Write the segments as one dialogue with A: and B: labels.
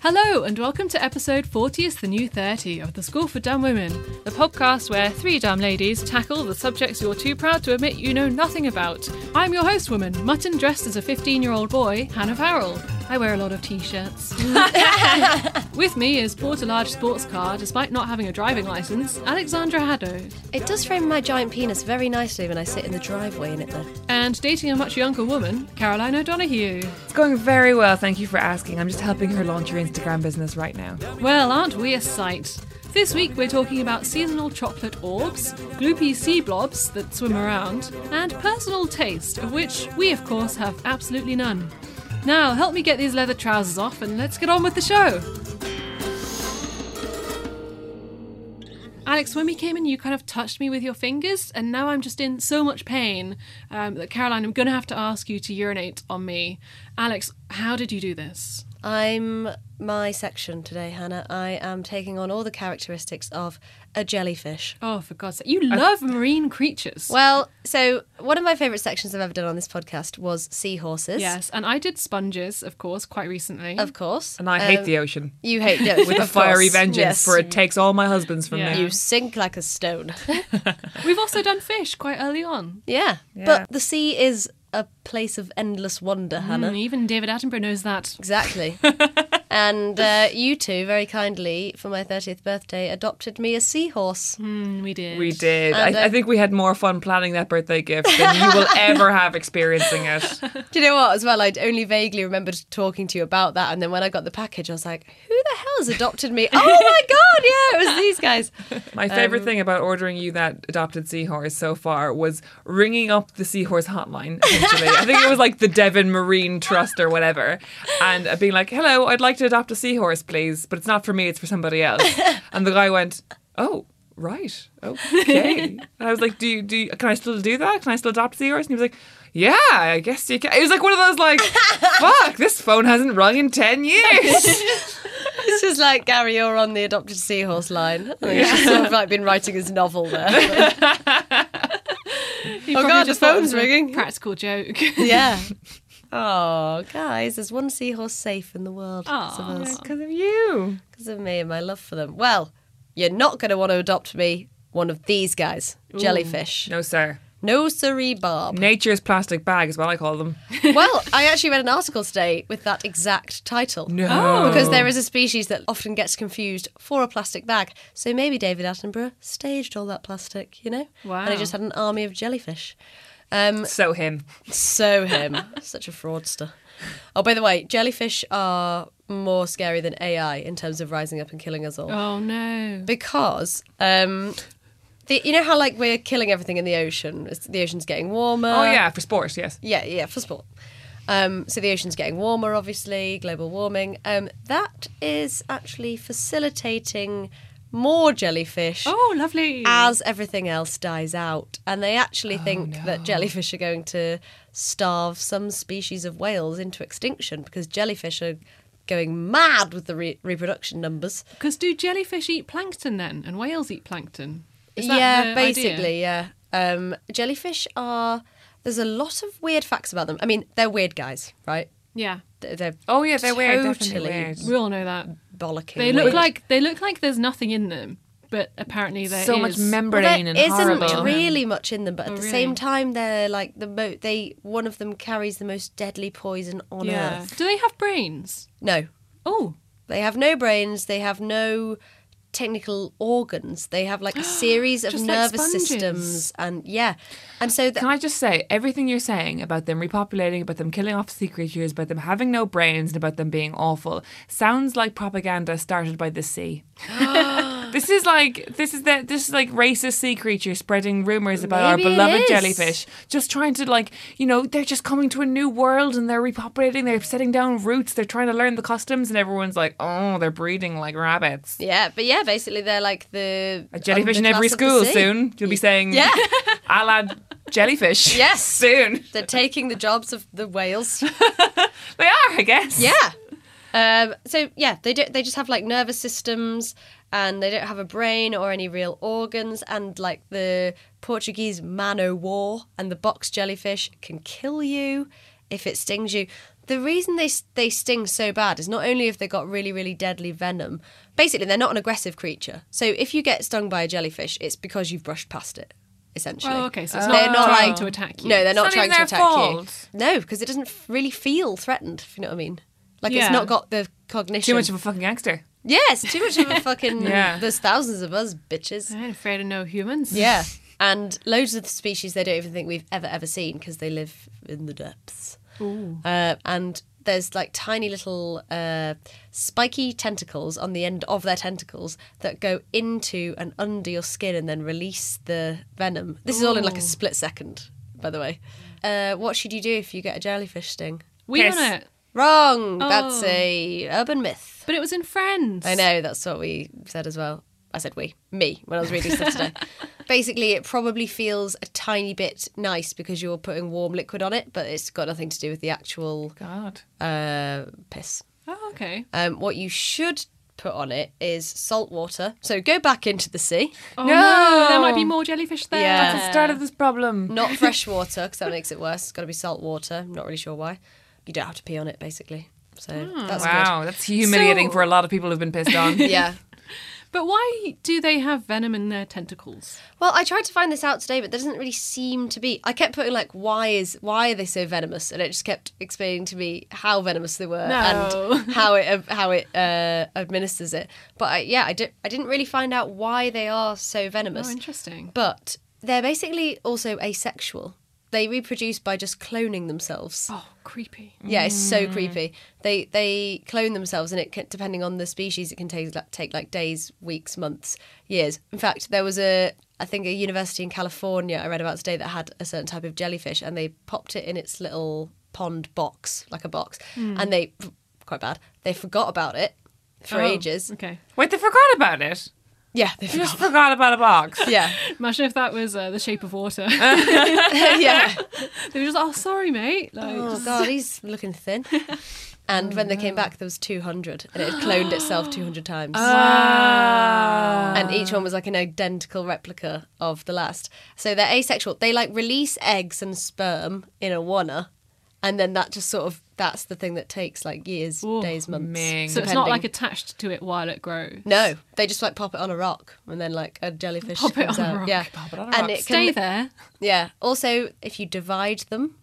A: Hello, and welcome to episode 40 is the New 30 of The School for Dumb Women, the podcast where three dumb ladies tackle the subjects you're too proud to admit you know nothing about. I'm your host woman, mutton dressed as a 15 year old boy, Hannah Farrell. I wear a lot of t shirts. With me is bought a large sports car despite not having a driving license, Alexandra Haddo.
B: It does frame my giant penis very nicely when I sit in the driveway in it, though.
A: And dating a much younger woman, Caroline O'Donoghue.
C: It's going very well, thank you for asking. I'm just helping her launch her Instagram business right now.
A: Well, aren't we a sight? This week we're talking about seasonal chocolate orbs, gloopy sea blobs that swim around, and personal taste, of which we, of course, have absolutely none. Now, help me get these leather trousers off and let's get on with the show! Alex, when we came in, you kind of touched me with your fingers, and now I'm just in so much pain um, that, Caroline, I'm going to have to ask you to urinate on me. Alex, how did you do this?
B: I'm my section today, Hannah. I am taking on all the characteristics of a jellyfish.
A: Oh, for God's sake. You love marine creatures.
B: Well, so one of my favourite sections I've ever done on this podcast was seahorses.
A: yes, and I did sponges, of course, quite recently.
B: Of course.
C: And I hate
B: Um,
C: the ocean
B: You hate no,
C: with a
B: of
C: fiery
B: course.
C: vengeance,
B: Yes.
C: for it takes all my husbands from
A: Yeah.
C: me.
B: You sink like a stone.
A: We've also done fish quite early on.
B: yeah.
C: Yeah.
B: But the sea is a place of endless wonder, Hannah.
A: Mm, even David Attenborough knows that.
B: Exactly. and uh, you two, very kindly, for my 30th birthday, adopted me a seahorse.
A: Mm, we did.
C: We did. I,
B: And, uh,
C: I think we had more fun planning that birthday gift than you will ever have experiencing it.
B: Do you know what? As well, I'd only vaguely remembered talking to you about that, and then when I got the package, I was like, "Who the hell's adopted me?" oh my god, yeah, it was these guys.
C: My favorite thing about ordering you that adopted seahorse so far was ringing up the seahorse hotline. Essentially, I think it was like the Devon Marine Trust or whatever, and uh, being like, "Hello, I'd like to adopt a seahorse, please, but it's not for me; it's for somebody else." And the guy went, "Oh." Right. Okay. And I was like, "Do you, do you, can I still do that? Can I still adopt a seahorse?" And he was like, "Yeah, I guess you can." It was like one of those like, "Fuck, this phone hasn't rung in ten years."
B: It's just like Gary, you're on the adopted seahorse line. I mean, He's sort of like been writing his novel there.
A: He
B: Oh,
A: probably
B: God, the
A: just thought it was
B: phone's
A: a
B: ringing.
A: Practical joke.
B: yeah. Oh, guys, there's one seahorse safe in the world
A: Aw.
C: Because of you.
B: because of me and my love for them. Well, you're not going to want to adopt me, one of these guys, jellyfish.
C: No, sir.
B: No, sorry, Bob.
C: Nature's plastic bag is what I call them.
B: well, I actually read an article today with that exact title.
C: No.
B: Because there is a species that often gets confused for a plastic bag. So maybe David Attenborough staged all that plastic, you know?
A: Wow.
B: And he just had an army of jellyfish. Um,
C: So him.
B: so him. Such a fraudster. Oh, by the way, jellyfish are more scary than AI in terms of rising up and killing us all.
A: oh no.
B: Because. Um, the, you know how like we're killing everything in the ocean. It's- The ocean's getting warmer.
C: Oh yeah, for sport, yes.
B: Yeah, yeah, for sport. Um, so the ocean's getting warmer, obviously, global warming. Um, that is actually facilitating more jellyfish
A: Oh, lovely.
B: as everything else dies out. And they actually
C: Oh,
B: think that jellyfish are going to starve some species of whales into extinction because jellyfish are going mad with the re- reproduction numbers.
A: Because do jellyfish eat plankton then, and whales eat plankton? Is that
B: yeah,
A: the idea?
B: basically, yeah. Um, jellyfish are. There's a lot of weird facts about them. I mean, they're weird guys, right?
A: Yeah,
B: They're- they're
C: Oh yeah, they're weird.
B: Totally.
C: Definitely weird.
A: we all know that.
B: bollocking.
A: They look
B: weird.
A: like they look like there's nothing in them, but apparently there
C: so
A: is.
C: much membrane
B: Well,
C: and
B: there isn't
C: horrible.
B: really much in them, but at
A: Oh,
B: the
A: really?
B: same time, they're like the mo- they one of them carries the most deadly poison on
A: yeah.
B: earth.
A: Do they have brains?
B: No,
A: Oh,
B: they have no brains. They have no technical organs. They have like a series of
A: Just like
B: nervous
A: sponges.
B: systems, and yeah, and so
C: Can
B: that
C: I just say everything you're saying about them repopulating, about them killing off sea creatures, about them having no brains, and about them being awful sounds like propaganda started by the sea. this is like this is the, this is like racist sea creatures spreading rumors about
B: Maybe
C: our
B: it
C: beloved
B: is.
C: jellyfish, just trying to like you know they're just coming to a new world and they're repopulating, they're setting down roots, they're trying to learn the customs, and everyone's like, oh, they're breeding like rabbits.
B: yeah, but yeah, basically they're like the
C: A jellyfish in
B: underclass
C: every
B: of the
C: school
B: sea.
C: soon. You'll be saying,
B: Yeah.
C: I'll add jellyfish.
B: Yes.
C: Soon.
B: They're taking the jobs of the whales.
C: They are, I guess.
B: Yeah. Um, so yeah, they don't. They just have like nervous systems, and they don't have a brain or any real organs. And like the Portuguese man o' war and the box jellyfish can kill you if it stings you. The reason they s- they sting so bad is not only if they got really really deadly venom. Basically, they're not an aggressive creature. So if you get stung by a jellyfish, it's because you've brushed past it. Essentially.
A: Oh, okay, so it's
B: They're
A: not trying to attack you.
B: No, they're
C: It's
B: not,
C: not
B: trying
C: even
B: to
C: their
B: attack
C: fault.
B: you. No, because it doesn't f- really feel threatened. If you know what I mean. Like
A: Yeah.
B: it's not got the cognition.
C: Too much of a fucking gangster.
B: yes, too much of a fucking.
C: Yeah.
B: There's thousands of us bitches.
A: I ain't afraid of no humans.
B: Yeah, and loads of species they don't even think we've ever ever seen because they live in the depths. Uh, and there's like tiny little uh, spiky tentacles on the end of their tentacles that go into and under your skin and then release the venom. This is all in like a split second, by the way. Uh, what should you do if you get a jellyfish sting?
A: we
C: Piss.
A: on it.
B: Wrong. That's
A: Oh.
B: a urban myth.
A: But it was in Friends.
B: I know, that's what we said as well. I said we, me, when I was reading stuff today. Basically, it probably feels a tiny bit nice because you're putting warm liquid on it, but it's got nothing to do with the actual
C: God.
B: uh, piss.
A: Oh, okay.
B: Um, what you should put on it is salt water. So go back into the sea,
A: Oh, no, there might be more jellyfish there.
B: Yeah.
C: That's the start of this problem.
B: not fresh water because that makes it worse. It's got to be salt water. I'm not really sure why. You don't have to pee on it, basically. So that's
C: wow, that's humiliating
A: So-
C: for a lot of people who've been pissed on.
B: good. Yeah.
A: But why do they have venom in their tentacles?
B: Well, I tried to find this out today, but there doesn't really seem to be. I kept putting like, why is why are they so venomous? And it just kept explaining to me how venomous they were
A: No.
B: and how it how it uh, administers it. But I, yeah, I, di- I didn't really find out why they are so venomous.
A: Oh, interesting.
B: But they're basically also asexual. They reproduce by just cloning themselves.
A: Oh, creepy.
B: Yeah, it's so
A: Mm.
B: creepy. They they clone themselves, and it can, depending on the species, it can take like, take like days, weeks, months, years. In fact, there was a I think a university in California I read about today that had a certain type of jellyfish, and they popped it in its little pond box, like a box,
A: Hmm.
B: and they quite bad. They forgot about it for
A: Oh,
B: ages.
A: Okay.
C: Wait, they forgot about it.
B: Yeah, they
C: They
B: forgot.
C: just forgot about a box.
B: yeah,
A: Imagine if that was uh, the shape of water.
B: yeah.
A: they were just, oh, sorry, mate. Like,
B: Oh God, he's looking thin. And when they
A: Oh,
B: came back, there was two hundred, and it had cloned itself two hundred times. and each one was like an identical replica of the last. So they're asexual. They like release eggs and sperm in a wanna, and then that just sort of that's the thing that takes like years,
A: Oh,
B: days, months.
C: man.
A: so it's not
B: depending.
A: like attached to it while it grows.
B: No, they just like pop it on a rock, and then like a jellyfish
A: Pop it
B: comes
A: on a
B: out.
A: rock.
B: Yeah,
C: Pop it on a
B: and
C: rock.
B: it
A: Stay
B: can,
A: there.
B: Yeah. Also, if you divide them,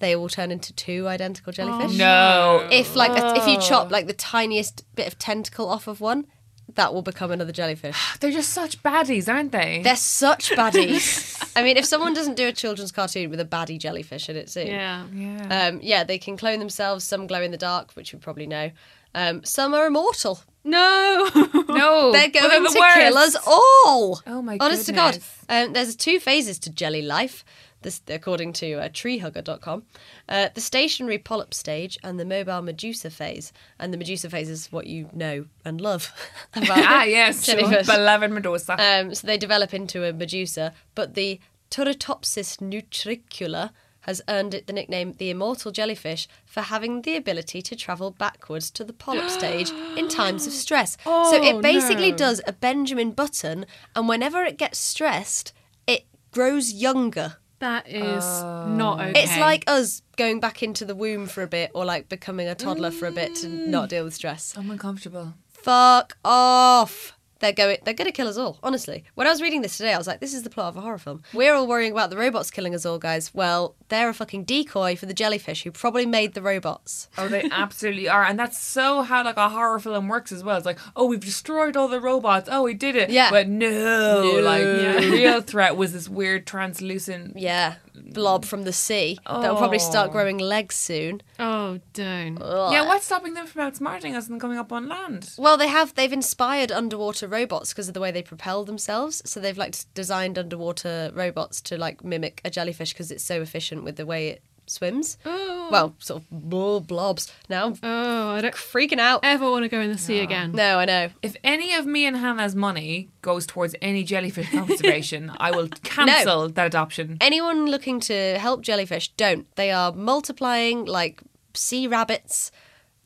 B: they will turn into two identical jellyfish.
A: Oh,
C: No.
B: If like a, if you chop like the tiniest bit of tentacle off of one, that will become another jellyfish.
C: They're just such baddies, aren't they?
B: They're such baddies. I mean, if someone doesn't do a children's cartoon with a baddie jellyfish in it soon,
A: Yeah.
C: yeah.
B: um, yeah, they can clone themselves. Some glow in the dark, which we probably know. Um, some are immortal.
A: No.
C: no.
B: They're
C: but
B: going
C: the
B: to
C: worst.
B: kill us all.
C: Oh my
B: Honest
C: goodness.
B: to God. Um, there's two phases to jelly life, this, according to uh, treehugger.com. Uh, the stationary polyp stage and the mobile medusa phase. And the medusa phase is what you know and love about
C: Ah, yes.
B: jellyfish.
C: Beloved Medusa.
B: Um, so they develop into a Medusa, but the Turritopsis nutricula has earned it the nickname the immortal jellyfish for having the ability to travel backwards to the polyp stage in times of stress. so
A: Oh,
B: it basically
A: no.
B: does a Benjamin Button, and whenever it gets stressed, it grows younger.
A: That is not okay.
B: Oh. It's like us going back into the womb for a bit or like
A: Mm.
B: Uh, becoming a toddler for a bit to not deal with stress.
C: I'm uncomfortable.
B: Fuck off. They're going. They're going to kill us all. Honestly, when I was reading this today, I was like, "This is the plot of a horror film." We're all worrying about the robots killing us all, guys. Well, they're a fucking decoy for the jellyfish who probably made the robots.
C: Oh, they absolutely are, and that's so how like a horror film works as well. It's like, oh, we've destroyed all the robots. Oh, we did it.
B: Yeah.
C: but no, like the real threat was this weird translucent.
B: Yeah, blob from the sea. They'll probably start growing legs soon.
A: Oh, don't.
C: Yeah, what's stopping them from outsmarting us and coming up on land?
B: Well, they have. They've inspired underwater robots because of the way they propel themselves. So they've like s- designed underwater robots to like mimic a jellyfish because it's so efficient with the way it swims. Well, sort of bull blobs. Now I'm
A: Oh, I don't
B: freaking out.
A: ever want to go in the sea again.
B: No, I know.
C: If any of me and Hannah's money goes towards any jellyfish conservation, I will cancel that adoption.
B: Anyone looking to help jellyfish, don't. They are multiplying like sea rabbits.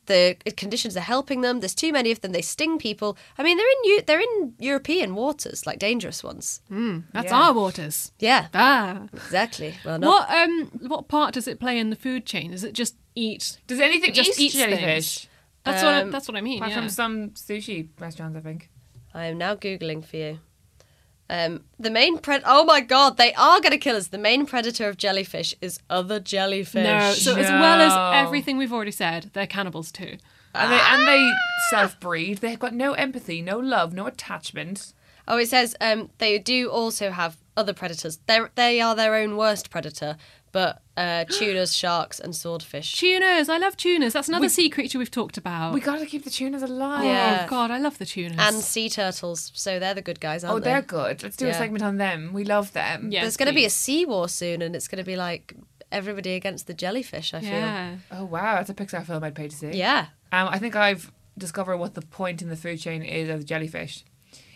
B: The conditions are helping them. There's too many of them. They sting people. I mean, they're in Eu- they're in European waters, like dangerous ones.
A: That's our waters.
B: Yeah,
A: Ah.
B: exactly. Well, not
A: What um what part does it play in the food chain? Is it just eat?
C: Does anything
A: Just
C: just
A: eat
C: eat jellyfish?
A: things. That's what I, that's what I mean.
C: Um, Apart
A: Yeah.
C: from some sushi restaurants, I think.
B: I am now googling for you. Um, the main pred. Oh my god, they are going to kill us. The main predator of jellyfish is other jellyfish.
A: No, so as well as
C: No.
A: everything we've already said, they're cannibals too.
C: And they and they self breed. They've got no empathy, no love, no attachment.
B: Oh, it says um, they do also have other predators. They they are their own worst predator, but uh, tunas, sharks, and swordfish.
A: Tunas, I love tunas. That's another sea creature we've talked about.
C: We gotta keep the tunas alive.
B: Yeah.
A: Oh god, I love the tunas.
B: And sea turtles, so they're the good guys, aren't
C: Oh,
B: they?
C: they're good. Let's do a
B: Yeah.
C: segment on them. We love them.
A: Yes,
B: There's going to be a
A: please.
B: sea war soon, and it's going to be like everybody against the jellyfish. I feel.
A: yeah.
C: Oh wow, that's a Pixar film I'd pay to see.
B: Yeah.
C: Um, I think I've discovered what the point in the food chain is of the jellyfish.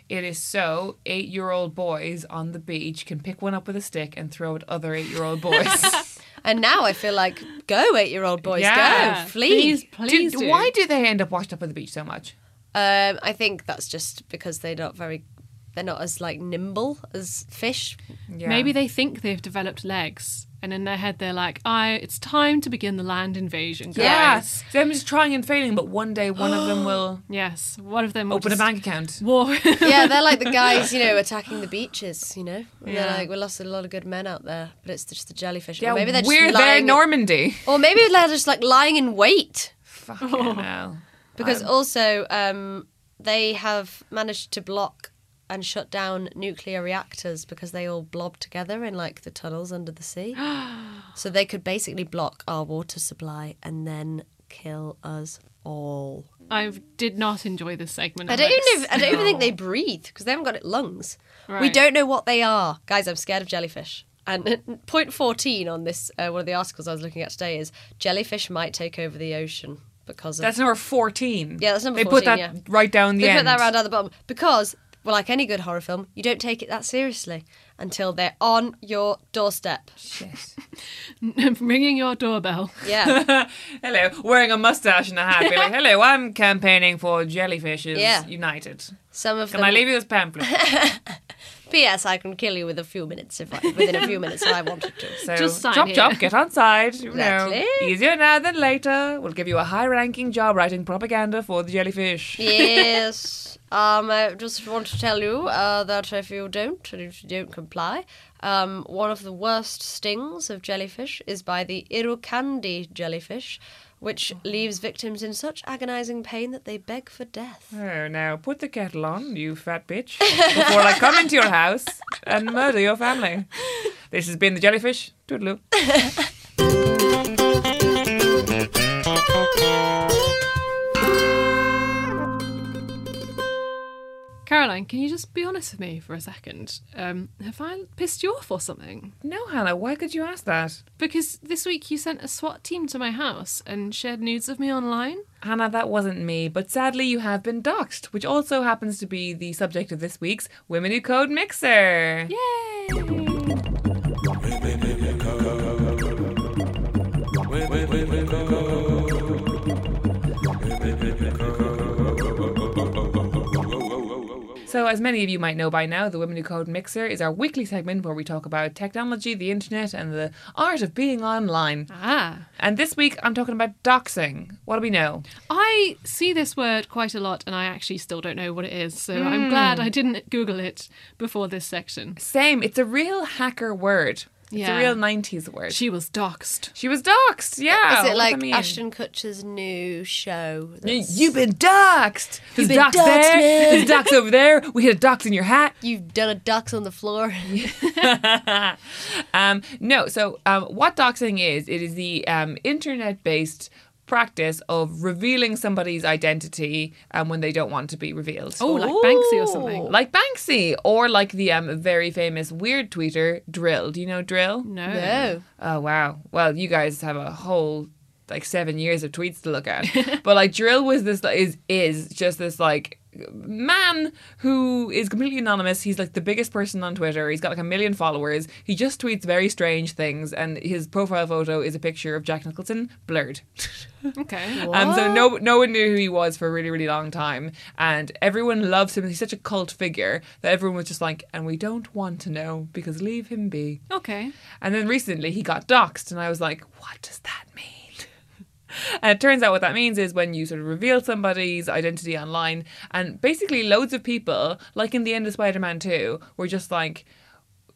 C: It is so eight-year-old boys on the beach can pick one up with a stick and throw at other eight-year-old boys.
B: And now I feel like go eight year old boys,
C: Yeah.
B: go flee.
A: Please, please.
C: do,
A: do.
C: Why do they end up washed up on the beach so much?
B: Um, I think that's just because they're not very, they're not as like nimble as fish.
C: Yeah.
A: Maybe they think they've developed legs, and in their head they're like, "I, it's time to begin the land invasion." Guys.
C: Yes. Them just trying and failing, but one day one of them will
A: yes. One of them will
C: open a
A: just
C: bank account.
A: War.
B: Yeah, they're like the guys, you know, attacking the beaches. You know, And they're
A: Yeah.
B: like we lost a lot of good men out there, but it's just the jellyfish.
C: Yeah,
B: or maybe they're
C: we're
B: just
C: there,
B: lying,
C: in Normandy.
B: or maybe they're just like lying in wait
C: Fucking
B: Oh.
C: hell.
B: because also um, they have managed to block and shut down nuclear reactors because they all blob together in like the tunnels under the sea. so they could basically block our water supply and then kill us all.
A: I did not enjoy this segment.
B: I don't even.
A: Alex.
B: Know, I don't even think they breathe because they haven't got it lungs. We
A: Right.
B: don't know what they are, guys. I'm scared of jellyfish. And point fourteen on this uh, one of the articles I was looking at today is jellyfish might take over the ocean because of
C: That's number 14.
B: Yeah, that's number
C: they
B: 14,
C: put that
B: yeah.
C: right down the
B: they
C: end.
B: put that round at the bottom because, well, like any good horror film, you don't take it that seriously until they're on your doorstep.
C: Shit.
A: ringing your doorbell.
B: Yeah,
C: Hello, wearing a mustache and a hat. Be like, hello, I'm campaigning for Jellyfishes
B: Yeah.
C: United.
B: some of
C: Can
B: them.
C: I leave you this pamphlet?
B: P.S. I can kill you with a few minutes if I within a few minutes if I wanted to.
C: So
A: Just sign
C: chop,
A: here.
C: chop, get on side. You
B: Exactly.
C: know, easier now than later. We'll give you a high-ranking job writing propaganda for the jellyfish.
B: yes. Um, I just want to tell you uh, that if you don't, and if you don't comply, um, one of the worst stings of jellyfish is by the Irukandi jellyfish, which leaves victims in such agonizing pain that they beg for death.
C: Oh, now put the kettle on, you fat bitch, before I come into your house and murder your family. This has been the jellyfish. Toodaloo.
A: Caroline, can you just be honest with me for a second? Um, have I pissed you off or something?
C: No, Hannah, why could you ask that?
A: Because this week you sent a SWAT team to my house and shared nudes of me online.
C: Hannah, that wasn't me, but sadly you have been doxxed, which also happens to be the subject of this week's Women Who Code Mixer.
A: Yay!
C: So So, as many of you might know by now, the Women Who Code Mixer is our weekly segment where we talk about technology, the internet, and the art of being online.
A: Ah.
C: And this week, I'm talking about doxing. What do we know?
A: I see this word quite a lot and I actually still don't know what it is. So I'm glad I didn't Google it before this section.
C: Same. It's a real hacker word. It's
A: Yeah.
C: a real 90s word. She,
A: She was doxed.
C: was doxed, yeah. What
B: Is
C: does
B: it
C: that
B: like
C: Oh, mean?
B: Ashton Kutcher's new show?
C: You-
B: that's-
C: You've been doxed. There's
B: been
C: dox
B: doxed,
C: there.
B: man.
C: There's dox over there. We hit a dox in your hat.
B: You've done a ducks on the floor.
C: Um, no, so um, what doxing is, it is the um, internet based practice of revealing somebody's identity um, when they don't want to be revealed.
A: Oh, like Banksy or something.
C: Like Banksy or like the um, very famous weird tweeter Drill. Do you know Drill?
A: No.
B: No.
C: Oh wow. Well, you guys have a whole like seven years of tweets to look at. but like Drill was this like, is is just this like man who is completely anonymous. He's like the biggest person on Twitter. He's got like a million followers. He just tweets very strange things and his profile photo is a picture of Jack Nicholson blurred.
A: Okay.
C: Um, so no, no one knew who he was for a really, really long time, and everyone loves him. He's such a cult figure that everyone was just like, "And we don't want to know because leave him be."
A: Okay.
C: And then recently he got doxxed, and I was like, "What does that mean?" And it turns out what that means is when you sort of reveal somebody's identity online, and basically loads of people, like in the end of Spider-Man Two, were just like.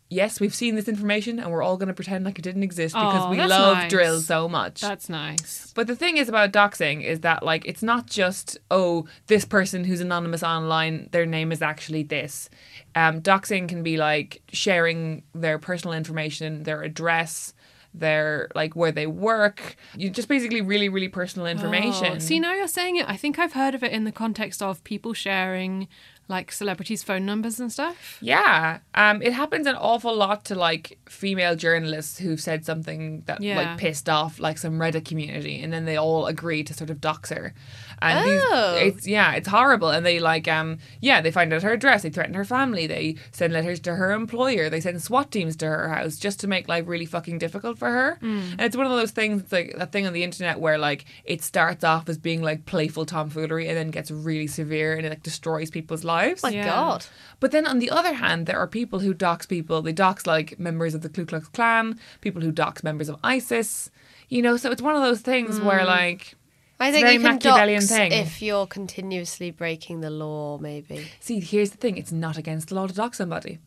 C: Yes, we've seen this information, and we're all going to pretend like it didn't exist because
A: Aw,
C: we
A: that's
C: love
A: nice.
C: drill so much.
A: That's nice.
C: But the thing is about doxing is that like it's not just oh this person who's anonymous online their name is actually this. Um, doxing can be like sharing their personal information, their address, their like where they work, you just basically really really personal information.
A: Oh, see, now you're saying it. I think I've heard of it in the context of people sharing like celebrities' phone numbers and stuff.
C: Yeah, um, it happens an awful lot to like female journalists who've said something that
A: Yeah.
C: like pissed off like some Reddit community, and then they all agree to sort of dox her. And these-
B: Oh.
C: it's yeah, it's horrible. And they like um yeah, they find out her address, they threaten her family, they send letters to her employer, they send SWAT teams to her house just to make life really fucking difficult for her.
B: Hmm.
C: And it's one of those things it's like that thing on the internet where like it starts off as being like playful tomfoolery and then gets really severe and it like destroys people's lives.
B: My
A: Yeah.
B: God.
C: But then on the other hand, there are people who dox people. They dox like members of the Ku Klux Klan, people who dox members of ISIS. You know, so it's one of those things where like
B: I
C: It's a
B: think
C: very
B: you can
C: Machiavellian
B: dox
C: thing.
B: if you're continuously breaking the law, maybe.
C: see, here's the thing, it's not against the law to dox somebody.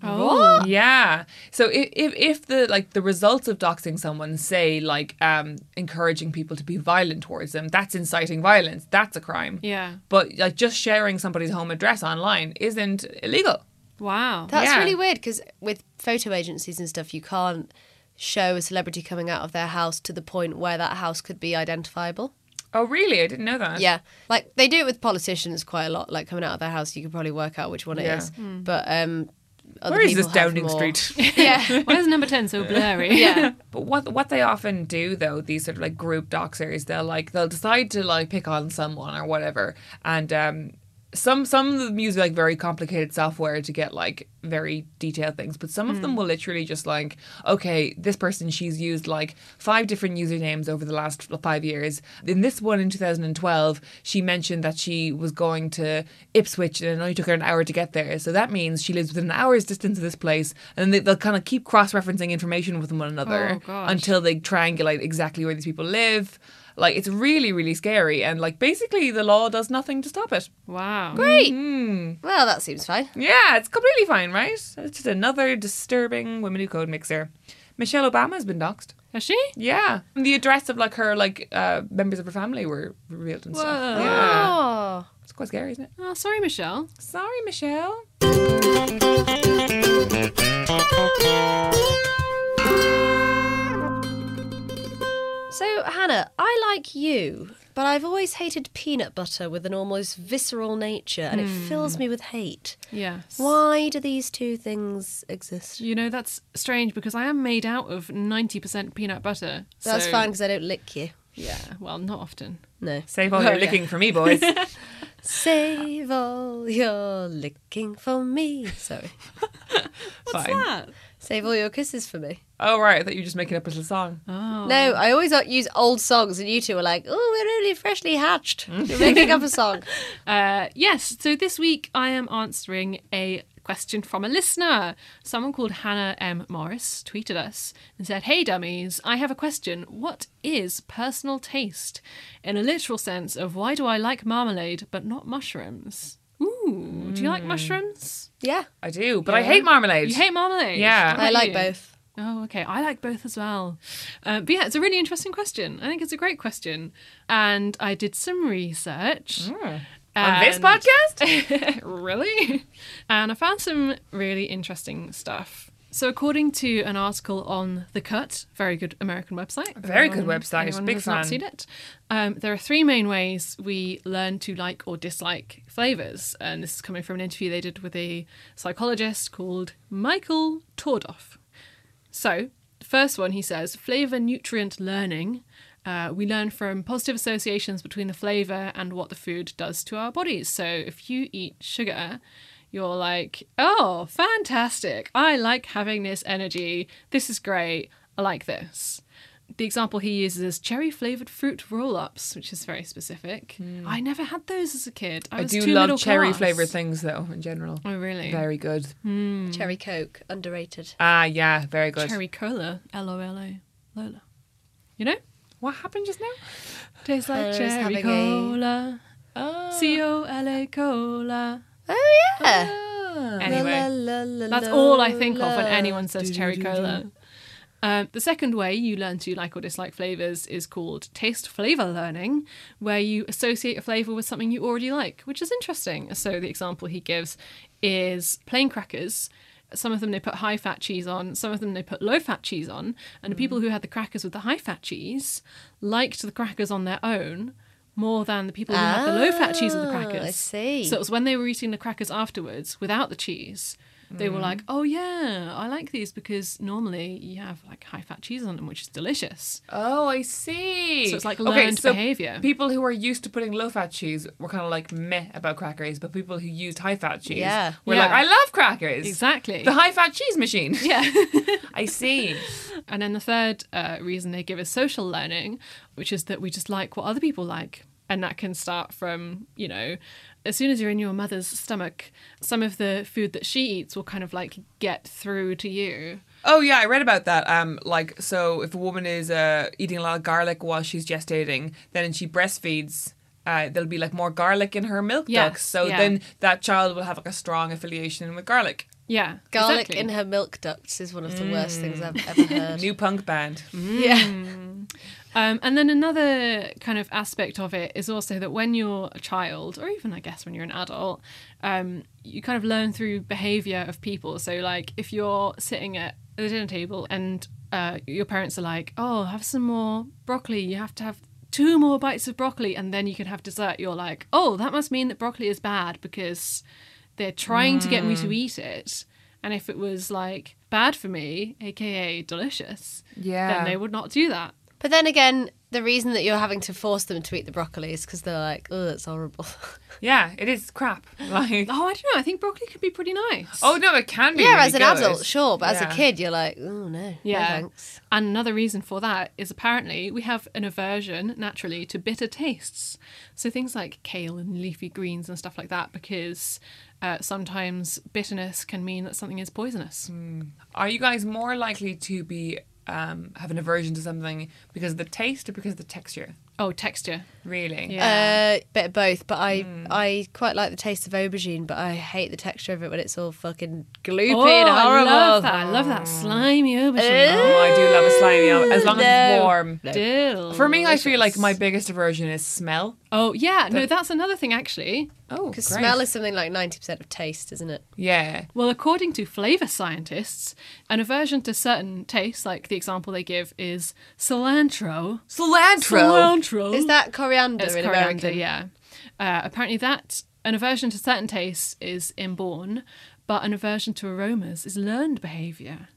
A: Oh.
C: Yeah. So if, if if the like the results of doxing someone say like um encouraging people to be violent towards them, that's inciting violence. That's a crime.
A: Yeah.
C: But like just sharing somebody's home address online isn't illegal.
A: Wow.
B: That's
C: Yeah.
B: really weird because with photo agencies and stuff, you can't show a celebrity coming out of their house to the point where that house could be identifiable.
C: Oh really? I didn't know that.
B: Yeah, like they do it with politicians quite a lot. Like coming out of their house, you could probably work out which one it
C: Yeah.
B: is. But um, other
C: Where is
B: people
C: this
B: have
C: Downing
B: more-
C: Street?
B: yeah,
A: Why is number 10 so blurry?
B: yeah.
C: But what what they often do though, these sort of like group doxers, they'll like they'll decide to like pick on someone or whatever, and um, some some of them use like very complicated software to get like very detailed things, but some of them will literally just like, okay, this person she's used like five different usernames over the last five years. In this one in 2012, she mentioned that she was going to Ipswich and it only took her an hour to get there, so that means she lives within an hour's distance of this place, and they, they'll kind of keep cross referencing information with one another
A: Oh,
C: other
A: gosh.
C: until they triangulate exactly where these people live. Like it's really, really scary, and like basically the law does nothing to stop it.
A: Wow.
B: Great. Well, that seems fine.
C: Yeah, it's completely fine, right? It's just another disturbing women who code mixer. Michelle Obama has been doxxed.
A: Is she?
C: Yeah, and the address of like her like uh, members of her family were revealed and stuff.
A: Whoa.
C: Yeah,
B: Oh,
C: it's quite scary, isn't it?
A: Oh, sorry, Michelle.
C: Sorry, Michelle.
B: so Hannah, I like you, but I've always hated peanut butter with an almost visceral nature, and it fills me with hate.
A: Yes.
B: Why do these two things exist?
A: You know, that's strange because I am made out of 90% peanut butter.
B: That's
A: so-
B: fine because I don't lick you.
A: Yeah, well, not often.
B: No.
C: Save all
A: Oh,
C: your licking for me, boys.
B: Save all your licking for me. Sorry.
C: Fine.
B: Save all your kisses for me.
C: Oh right, I thought you were just making up a little song.
B: No, I always uh, use old songs, and you two are like, "Oh, we're only freshly hatched."
C: Mm.
B: You're making up a song.
A: Uh, yes, so this week I am answering a question from a listener. Someone called Hannah M. Morris tweeted us and said, Hey dummies, I have a question. What is personal taste in a literal sense of why do I like marmalade but not mushrooms? Ooh, do you
C: Hmm.
A: like mushrooms?
B: Yeah,
C: I do, but I hate marmalade.
A: You hate marmalade?
C: Yeah.
A: What
B: I
A: about
B: like
A: you?
B: both.
A: Oh, okay. I like both as well. Uh, but yeah, it's a really interesting question. I think it's a great question. And I did some research.
C: Hmm. on this
A: and-
C: podcast?
A: really? And I found some really interesting stuff. So, according to an article on The Cut, very good American website.
C: Very good
A: Anyone-
C: website,
A: anyone
C: big
A: has
C: fan.
A: Not seen it. Um, there are three main ways we learn to like or dislike flavors, and this is coming from an interview they did with a psychologist called Michael Tordoff. So, the first one, he says, flavor nutrient learning. Uh, we learn from positive associations between the flavor and what the food does to our bodies. So, if you eat sugar, you're like, oh, fantastic. I like having this energy. This is great. I like this. The example he uses is cherry flavored fruit roll ups, which is very specific. I never had those as a kid. I,
C: Hmm. I
A: was
C: do
A: too middle
C: love cherry
A: class.
C: flavored things though, in general.
A: Oh, really?
C: Very good. Hmm.
B: Cherry Coke, underrated.
C: Ah, yeah, very good.
A: Cherry cola, LOLO, Lola. You know?
C: What happened just now?
A: Tastes like
B: Colours
A: cherry
B: having a-
A: cola.
C: Oh.
A: C O L A cola. Oh.
B: Oh yeah.
A: Anyway,
B: La, la, la,
A: that's
B: la,
A: all I think of when
B: la.
A: anyone says cherry cola. Um, the second way you learn to like or dislike flavours is called taste flavour learning, where you associate a flavour with something you already like, which is interesting. So, the example he gives is plain crackers. Some of them they put high fat cheese on, some of them they put low fat cheese on. And the people who had the crackers with the high fat cheese liked the crackers on their own more than the people who had the low fat cheese with the
B: Ah, I
A: crackers.
B: see.
A: So, it was when they were eating the crackers afterwards without the cheese, they
B: Mm.
A: were like, oh yeah, I like these because normally you have like high fat cheese on them, which is delicious.
C: Oh, I see.
A: So it's like
C: okay,
A: learned
C: so
A: behaviour.
C: People who are used to putting low fat cheese were kind of like meh about crackers, but people who used high fat cheese
B: Yeah.
C: were
A: Yeah.
C: like, I love crackers.
A: Exactly.
C: The high fat cheese machine.
A: yeah.
C: I see.
A: and then the third uh, reason they give is social learning, which is that we just like what other people like. And that can start from, you know, as soon as you're in your mother's stomach, some of the food that she eats will kind of like get through to you.
C: Oh yeah, I read about that. Um, like so, if a woman is uh, eating a lot of garlic while she's gestating, then she breastfeeds. Uh, there'll be like more garlic in her milk
A: Yeah,
C: ducts, so
A: yeah.
C: then that child will have like a strong affiliation with garlic.
A: Yeah.
B: Garlic
A: exactly.
B: in her milk ducts is one of the worst things I've ever heard.
C: Hmm. New Hmm. punk band.
B: Yeah.
A: Um, and then another kind of aspect of it is also that when you're a child, or even I guess when you're an adult, um, you kind of learn through behavior of people. So, like, if you're sitting at the dinner table and uh, your parents are like, oh, have some more broccoli, you have to have two more bites of broccoli, and then you can have dessert, you're like, oh, that must mean that broccoli is bad because they're trying to get me to eat it. And if it was like bad for me, aka delicious,
C: Yeah.
A: then they would not do that.
B: But then again, the reason that you're having to force them to eat the broccoli is because they're like, oh, that's horrible.
C: Yeah, it is crap. Like,
A: Oh, I don't know. I think broccoli could be pretty nice.
C: oh no, it can be.
B: yeah,
C: really
B: as an
C: good.
B: adult, sure, but as
C: Yeah.
B: a kid, you're like, oh, no.
A: yeah.
B: No thanks.
A: and another reason for that is apparently we have an aversion naturally to bitter tastes. So things like kale and leafy greens and stuff like that, because uh, sometimes bitterness can mean that something is poisonous.
C: Are you guys more likely to be um, have an aversion to something because of the taste or because of the texture?
A: Oh, texture.
C: Really?
A: Yeah. Hmm.
B: Uh, bit of both, but I I quite like the taste of aubergine, but I hate the texture of it when it's all fucking gloopy
A: oh,
B: and
A: I
B: horrible.
A: love that. I love that slimy aubergine.
C: Oh, I do love a slimy al- as long as it's warm.
A: Dill.
C: For me, I feel like my biggest aversion is smell.
A: Oh, yeah. No, that's another thing, actually.
C: Oh,
B: Because smell is something like 90% of taste, isn't it?
C: yeah.
A: Well, according to flavour scientists, an aversion to certain tastes, like the example they give, is cilantro.
C: Cilantro.
B: Is that coriander
A: It's
B: in
A: coriander,
B: American?
A: yeah. Uh, apparently, that an aversion to certain tastes is inborn, but an aversion to aromas is learned behaviour.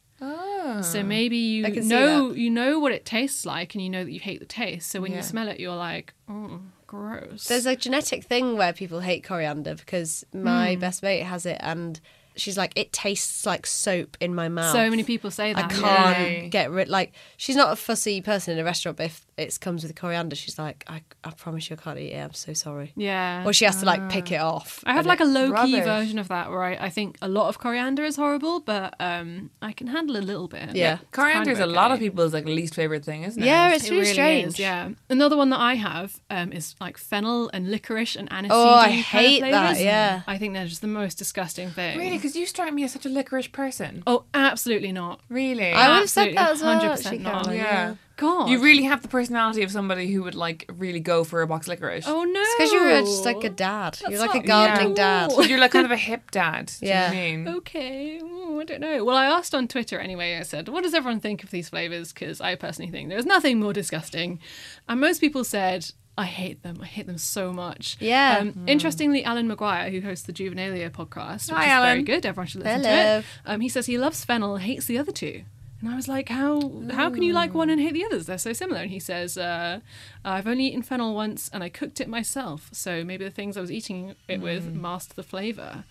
A: So maybe you
B: Oh. I can see
A: know you know what it tastes like, and you know that you hate the taste. So when
C: Yeah.
A: you smell it, you're like, oh, gross. Hmm.
B: There's a genetic thing where people hate coriander because my best mate has it and she's like, it tastes like soap in my mouth.
A: So many people say
B: I
A: that.
B: can't
C: Yeah.
B: get rid. Like she's not a fussy person in a restaurant, but if it comes with coriander, she's like, I, I promise you, I can't eat it. I'm so sorry.
A: Yeah.
B: Or she has to like pick it off.
A: I have
B: and
A: like a
B: it-
A: low key
C: rubbish.
A: version of that where I, I think a lot of coriander is horrible, but um, I can handle a little bit.
B: Yeah.
A: It's kind
C: Coriander is a lot of
A: okay.
C: people's like least favorite thing, isn't it?
D: Yeah, it's
A: It
D: really, strange.
A: is, yeah. Another one that I have um, is like fennel and licorice and aniseed.
B: Oh, I
A: kind of
B: hate that,
A: flavours.
B: yeah.
A: I think they're just the most disgusting thing.
C: Really, because you strike me as such a licorice person.
A: Oh, absolutely not.
C: Really?
D: I would have said
A: Absolutely,
D: that as well.
A: 100%
D: actually,
A: not.
D: Caroline.
C: yeah.
A: God.
C: You really have the personality of somebody who would like really go for a box of licorice.
A: Oh no.
B: It's because you're just like a dad. you're like a
A: not- yeah.
B: gardening dad.
C: But you're like kind of a hip dad. Do
B: Yeah.
C: you know what I mean?
A: Okay, Ooh, I don't know. Well, I asked on Twitter anyway. I said, "What does everyone think of these flavors?" Because I personally think there's nothing more disgusting, and most people said, "I hate them. I hate them so much."
B: Yeah.
A: Um, Interestingly, Alan McGuire, who hosts the Juvenalia podcast, which
C: Hi,
A: is very
C: Alan.
A: good. Everyone should listen to
B: Hello.
A: it. Um, he says he loves fennel, hates the other two. And I was like, how how can you like one and hate the others? They're so similar. And he says, uh, I've only eaten fennel once, and I cooked it myself. So maybe the things I was eating it with masked the flavor.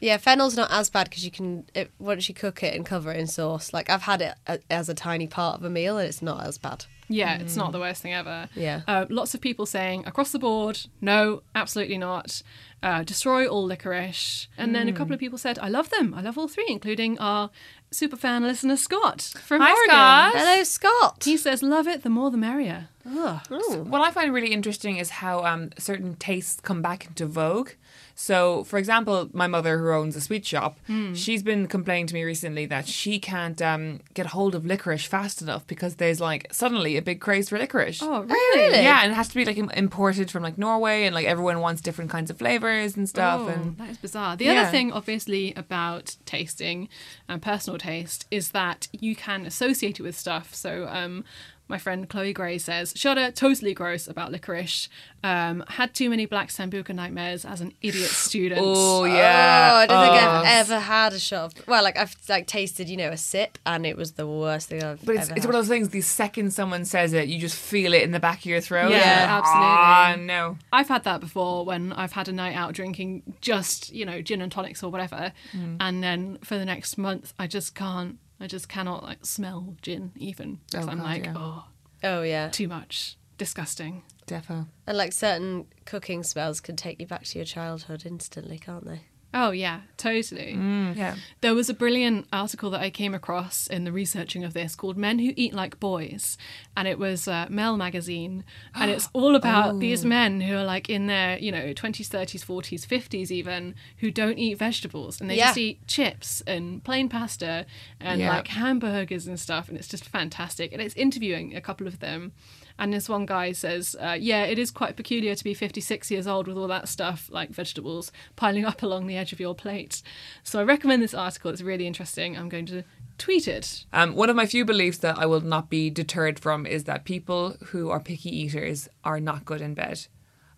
B: Yeah, fennel's not as bad because you can it, once you cook it and cover it in sauce. Like I've had it a- as a tiny part of a meal, and it's not as bad.
A: Yeah, it's
C: Mm.
A: not the worst thing ever.
B: Yeah.
A: Uh, lots of people saying across the board, no, absolutely not. Uh, destroy all licorice. And then a
C: Mm.
A: couple of people said, I love them. I love all three, including our super fan listener Scott from
C: Hi,
A: Oregon.
C: Scott.
B: Hello, Scott.
A: He says, love it, the more the merrier.
C: What I find really interesting is how um, certain tastes come back into vogue. So, for example, my mother, who owns a sweet shop,
A: Hmm.
C: she's been complaining to me recently that she can't um, get hold of licorice fast enough because there's like suddenly a big craze for licorice.
A: Oh, really?
C: Yeah, and it has to be like im- imported from like Norway, and like everyone wants different kinds of flavors and stuff.
A: Oh,
C: and
A: that is bizarre. The other
C: Yeah.
A: thing, obviously, about tasting and personal taste is that you can associate it with stuff. So, um, my friend Chloe Gray says, Shudder, totally gross about licorice. Um, had too many black Sambuca nightmares as an idiot student.
C: oh
B: Oh, I
C: yeah,
B: don't think I've ever had a shot of. Well, like I've like tasted, you know, a sip, and it was the worst thing I've
C: But it's,
B: ever
C: it's
B: had.
C: one of those things. The second someone says it, you just feel it in the back of your throat.
A: Yeah,
C: Ah,
A: absolutely.
C: no.
A: I've had that before when I've had a night out drinking just, you know, gin and tonics or whatever.
C: Mm.
A: And then for the next month, I just can't, I just cannot like smell gin even. Because I'm like, oh,
B: oh yeah,
A: too much. Disgusting.
C: Defo.
B: and like certain cooking smells can take you back to your childhood instantly, can't they?
A: Oh, yeah, totally.
C: Yeah.
A: There was a brilliant article that I came across in the researching of this called Men Who Eat Like Boys. And it was uh, Mel magazine. And it's all
C: Oh.
A: about these men who are like in their, you know, 20s, 30s, 40s, 50s even, who don't eat vegetables. And they
B: Yeah.
A: just eat chips and plain pasta and
C: Yeah.
A: like hamburgers and stuff. And it's just fantastic. And it's interviewing a couple of them. And this one guy says, uh, Yeah, it is quite peculiar to be 56 years old with all that stuff, like vegetables, piling up along the edge of your plate. So I recommend this article. It's really interesting. I'm going to tweet it.
C: Um, one of my few beliefs that I will not be deterred from is that people who are picky eaters are not good in bed.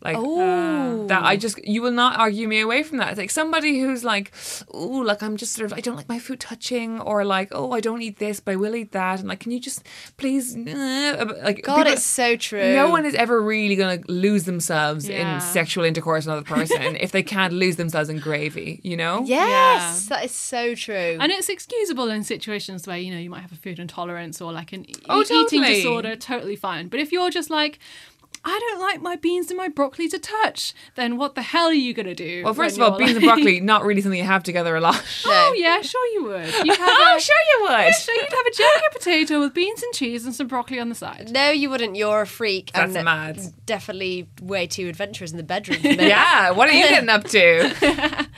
C: Like that, I just you will not argue me away from that. It's like somebody who's like, oh, like I'm just sort of I don't like my food touching, or like oh I don't eat this, but I will eat that, and like can you just please uh, like
B: God, it's so true.
C: No one is ever really gonna lose themselves
A: Yeah.
C: in sexual intercourse with another person if they can't lose themselves in gravy, you know?
B: Yes, that is so true.
A: And it's excusable in situations where, you know, you might have a food intolerance or like an e-
C: Oh,
A: eating
C: totally.
A: disorder, totally fine. But if you're just like, I don't like my beans and my broccoli to touch, then what the hell are you going to do?
C: Well, first of
A: when
C: all,
A: you're
C: beans and
A: like-
C: broccoli not really something you have together a lot.
A: Oh yeah, sure you would. You'd have
C: Oh,
A: a-
C: sure you would.
A: Yeah, sure, you'd have a jacket potato with beans and cheese and some broccoli on the side.
B: no, you wouldn't. You're a freak.
C: That's
B: and
C: mad.
B: Definitely way too adventurous in the bedroom. for me.
C: Yeah, what are you getting up to?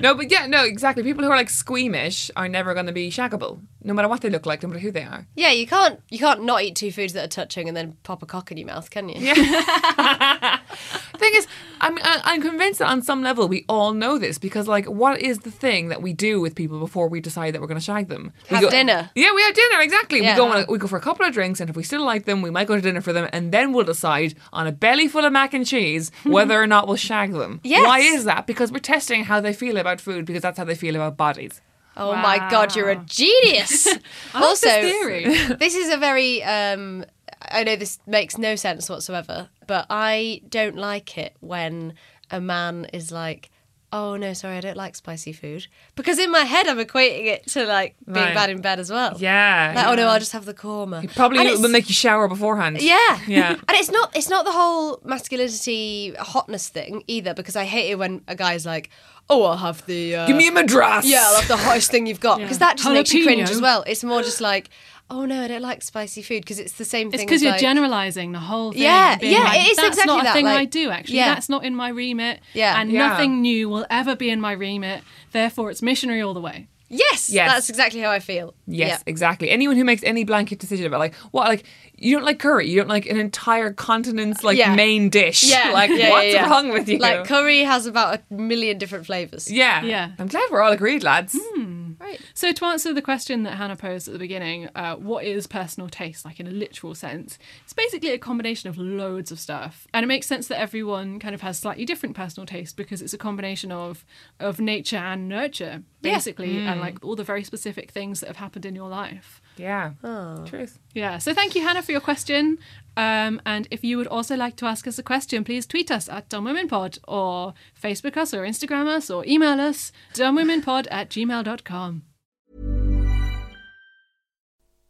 C: no, but yeah, no, exactly. People who are like squeamish are never going to be shaggable, no matter what they look like, no matter who they are.
B: Yeah, you can't you can't not eat two foods that are touching and then pop a cock in your mouth, can you? Yeah.
C: Thing is, I'm I- I'm convinced that on some level we all know this because like, what is the thing that we do with people before we decide that we're going to shag them? We
B: Have
C: go-
B: dinner.
C: Yeah, we have dinner exactly.
B: Yeah.
C: We go on a, we go for a couple of drinks, and if we still like them, we might go to dinner for them, and then we'll decide on a belly full of mac and cheese whether or not we'll shag them.
B: Yes.
C: Why is that? Because we're testing how they feel about food because that's how they feel about bodies.
B: Oh my god, you're a genius. also,
A: theory.
B: this is a very um I know this makes no sense whatsoever, but I don't like it when a man is like oh no, sorry, I don't like spicy food. Because in my head, I'm equating it to like being
C: Right.
B: bad in bed as well.
C: Yeah.
B: Like, oh no, I'll just have the korma. And
C: Probably it
B: it's-
C: will make you shower beforehand.
B: Yeah.
C: Yeah.
B: And it's not it's not the whole masculinity hotness thing either because I hate it when a guy's like, "Oh, I'll have the uh,
C: Give me a madras.
B: yeah, I'll have the hottest thing you've got." Because that just makes you cringe
A: Jalapeno.
B: as well. It's more just like, "Oh no, I don't like spicy food" because it's the same
A: It's
B: thing.
A: because
B: as,
A: you're
B: like,
A: generalising the whole thing.
B: Yeah,
A: being
B: yeah,
A: like,
B: it is
A: That's
B: exactly
A: not a
B: that,
A: thing
B: like-
A: I do actually.
B: yeah.
A: That's not in my remit.
B: Yeah.
A: and
C: Yeah.
A: nothing new will ever be in my remit. Therefore, it's missionary all the way.
B: Yes,
C: Yes.
B: that's exactly how I feel.
C: Yes,
B: Yeah.
C: exactly. Anyone who makes any blanket decision about like what like you don't like curry, you don't like an entire continent's like
B: Yeah.
C: main dish.
B: Yeah,
C: Like
B: yeah,
C: what's
B: yeah, yeah.
C: wrong with you?
B: Like curry has about a million different flavors.
C: yeah.
A: Yeah.
C: I'm glad we're all agreed, lads.
B: Hmm. Right.
A: So, to answer the question that Hannah posed at the beginning, uh, what is personal taste, like in a literal sense? It's basically a combination of loads of stuff. And it makes sense that everyone kind of has slightly different personal taste because it's a combination of, of nature and nurture,
B: Yeah.
A: basically, and like all the very specific things that have happened in your life.
C: Yeah.
B: Oh.
C: Truth.
A: Yeah. So, thank you, Hannah, for your question. Um, and if you would also like to ask us a question, please tweet us at Dumb Women Pod or Facebook us or Instagram us or email us dumbwomenpod at gmail.com.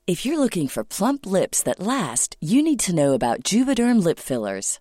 D: If you're looking for plump lips that last, you need to know about Juvederm lip fillers.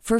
D: For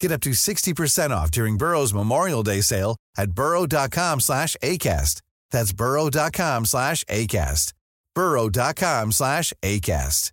E: Get up to 60% off during Burrow's Memorial Day sale at burrow.com slash ACAST. That's burrow.com slash ACAST. burrow.com slash ACAST.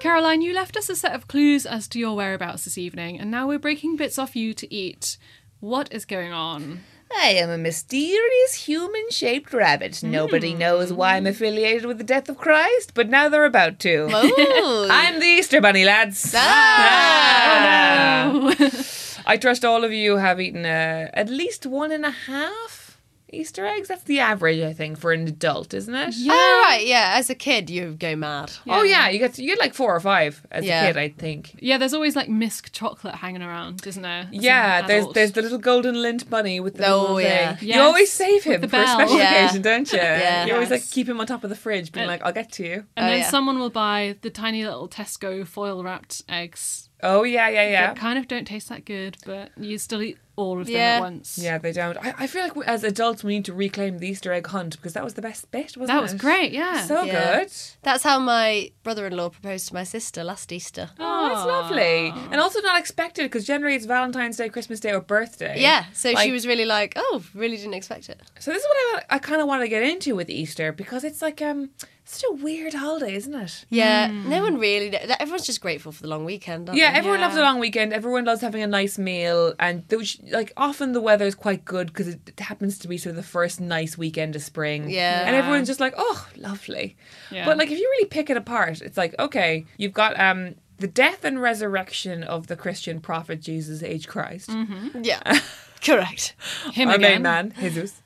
A: Caroline, you left us a set of clues as to your whereabouts this evening, and now we're breaking bits off you to eat. What is going on?
F: I am a mysterious human shaped rabbit. Nobody
B: Hmm.
F: knows why I'm affiliated with the death of Christ, but now they're about to.
B: Oh.
F: I'm the Easter Bunny, lads.
B: Oh,
F: Ah.
C: Uh, I trust all of you have eaten uh, at least one and a half Easter eggs. That's the average, I think, for an adult, isn't it?
B: Yeah. Oh, right. Yeah. As a kid, you go mad.
C: Oh yeah, you get to, you get like four or five as
B: Yeah.
C: a kid, I think.
A: Yeah, there's always like misc chocolate hanging around, isn't there? As an
C: Yeah, there's
A: adult.
C: there's the little golden lint bunny with the
B: Oh,
C: little
B: yeah.
C: thing.
A: Yes,
C: You always save
A: with
C: him
A: the
C: for a special
A: bell.
B: Yeah.
C: occasion, don't you?
B: Yeah.
C: You always like
A: Yes.
C: keep him on top of the fridge, being like, "I'll get to you."
A: and
B: Oh,
A: then
B: yeah.
A: someone will buy the tiny little Tesco foil wrapped eggs
C: Oh yeah, yeah, yeah.
A: that kind of don't taste that good, but you still eat all of them
B: Yeah.
A: at once.
C: Yeah, they don't. I, I feel like we, as adults we need to reclaim the Easter egg hunt because that was the best bit, wasn't it?
A: That was great, yeah.
C: So
B: Yeah.
C: good.
B: That's how my brother-in-law proposed to my sister last Easter.
C: Oh, it's lovely. And also not expected because generally it's Valentine's Day, Christmas Day, or birthday.
B: Yeah, so
C: Like-
B: she was really like, "Oh, really didn't expect it."
C: So this is what I, I kind of want to get into with Easter because it's like um such a weird holiday, isn't it?
B: Yeah, no one really. kn- Everyone's just grateful for the long weekend. Aren't
C: Yeah,
B: they?
C: everyone loves a long weekend. Everyone loves having a nice meal, and there was- like often the weather is quite good because it it happens to be sort of the first nice weekend of spring.
B: Yeah.
C: and everyone's just like, oh, lovely.
A: Yeah.
C: But like, if you really pick it apart, it's like okay, you've got um the death and resurrection of the Christian prophet Jesus H Christ,
B: Yeah, correct.
A: Him
C: our
A: again.
C: main man Jesus,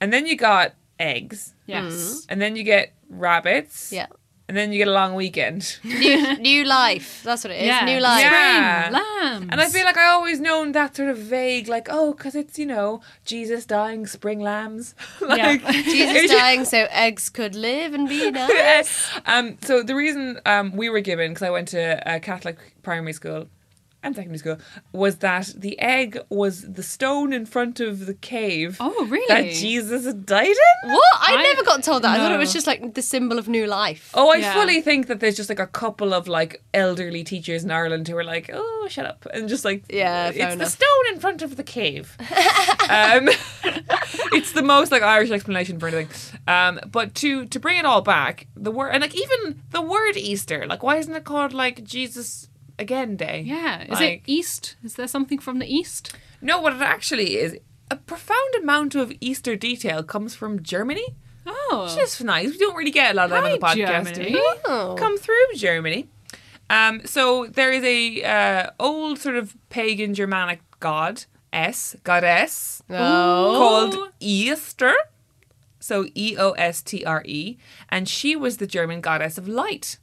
C: and then you got eggs,
A: Yes.
C: and then you get rabbits,
B: Yeah,
C: and then you get a long weekend.
A: Mm.
B: new, new life. That's what it is.
A: Yeah.
B: New life.
C: Yeah.
A: Spring, lambs.
C: And I feel like I always known that sort of vague, like, oh, because it's, you know, Jesus dying, spring lambs. like,
B: Jesus dying so eggs could live and be nice.
C: um, so the reason um, we were given, because I went to a Catholic primary school and secondary school, was that the egg was the stone in front of the cave.
A: Oh, really?
C: That Jesus died in?
B: What? I,
A: I-
B: never got told that. I thought it
A: no.
B: was just like the symbol of new life.
C: Oh, I
A: Yeah.
C: fully think that there's just like a couple of like elderly teachers in Ireland who are like, oh, shut up, and just like,
B: Yeah,
C: it's
B: fair
C: the
B: enough.
C: stone in front of the cave. um, it's the most like Irish explanation for anything. Um, but to to bring it all back, the word and like even the word Easter, like why isn't it called like Jesus Again Day?
A: yeah. Is
C: Like-
A: it e-, East? Is there something from the East?
C: No, what it actually is. A profound amount of Easter detail comes from Germany.
A: Oh.
C: Which is nice. We don't really get a lot of them on the
A: Hi,
C: podcast. do
A: Germany.
C: we? Come through Germany. Um, so there is a uh, old sort of pagan Germanic god, S, goddess, called Easter. So E O S T R E, and she was the German goddess of light.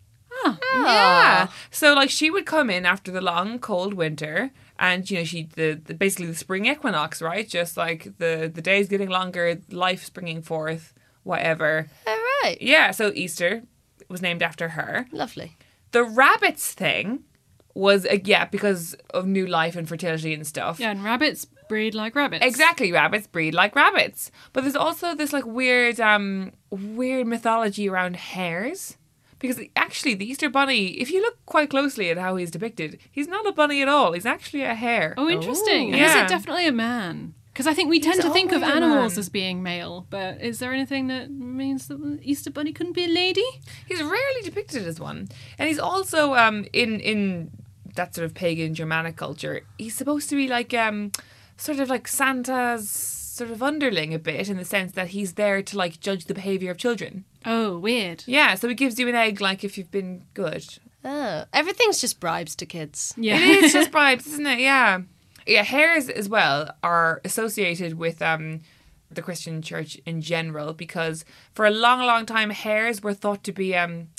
C: Yeah. So like she would come in after the long cold winter and you know she the, the basically the spring equinox, right? Just like the the days getting longer, life springing forth, whatever.
B: All Oh, right.
C: Yeah, so Easter was named after her.
B: Lovely.
C: The rabbits thing was uh, yeah, because of new life and fertility and stuff.
A: Yeah, and rabbits breed like rabbits.
C: Exactly, rabbits breed like rabbits. But there's also this like weird, um, weird mythology around hares. Because actually, the Easter Bunny, if you look quite closely at how he's depicted, he's not a bunny at all. He's actually a hare.
A: Oh, interesting. And
C: Yeah.
A: Is it definitely a man? Because I think we tend to think of
C: always a
A: animals
C: man.
A: as being male, but is there anything that means that the Easter Bunny couldn't be a lady?
C: He's rarely depicted as one, and he's also um, in in that sort of pagan Germanic culture. He's supposed to be like um, sort of like Santa's sort of underling a bit, in the sense that he's there to like judge the behavior of children.
A: Oh, weird.
C: Yeah, so he gives you an egg, like if you've been good.
B: Oh, everything's just bribes to kids.
A: Yeah.
C: It is just bribes, isn't it? Yeah. Yeah, hares as well are associated with um, the Christian church in general because for a long, long time, hares were thought to be um,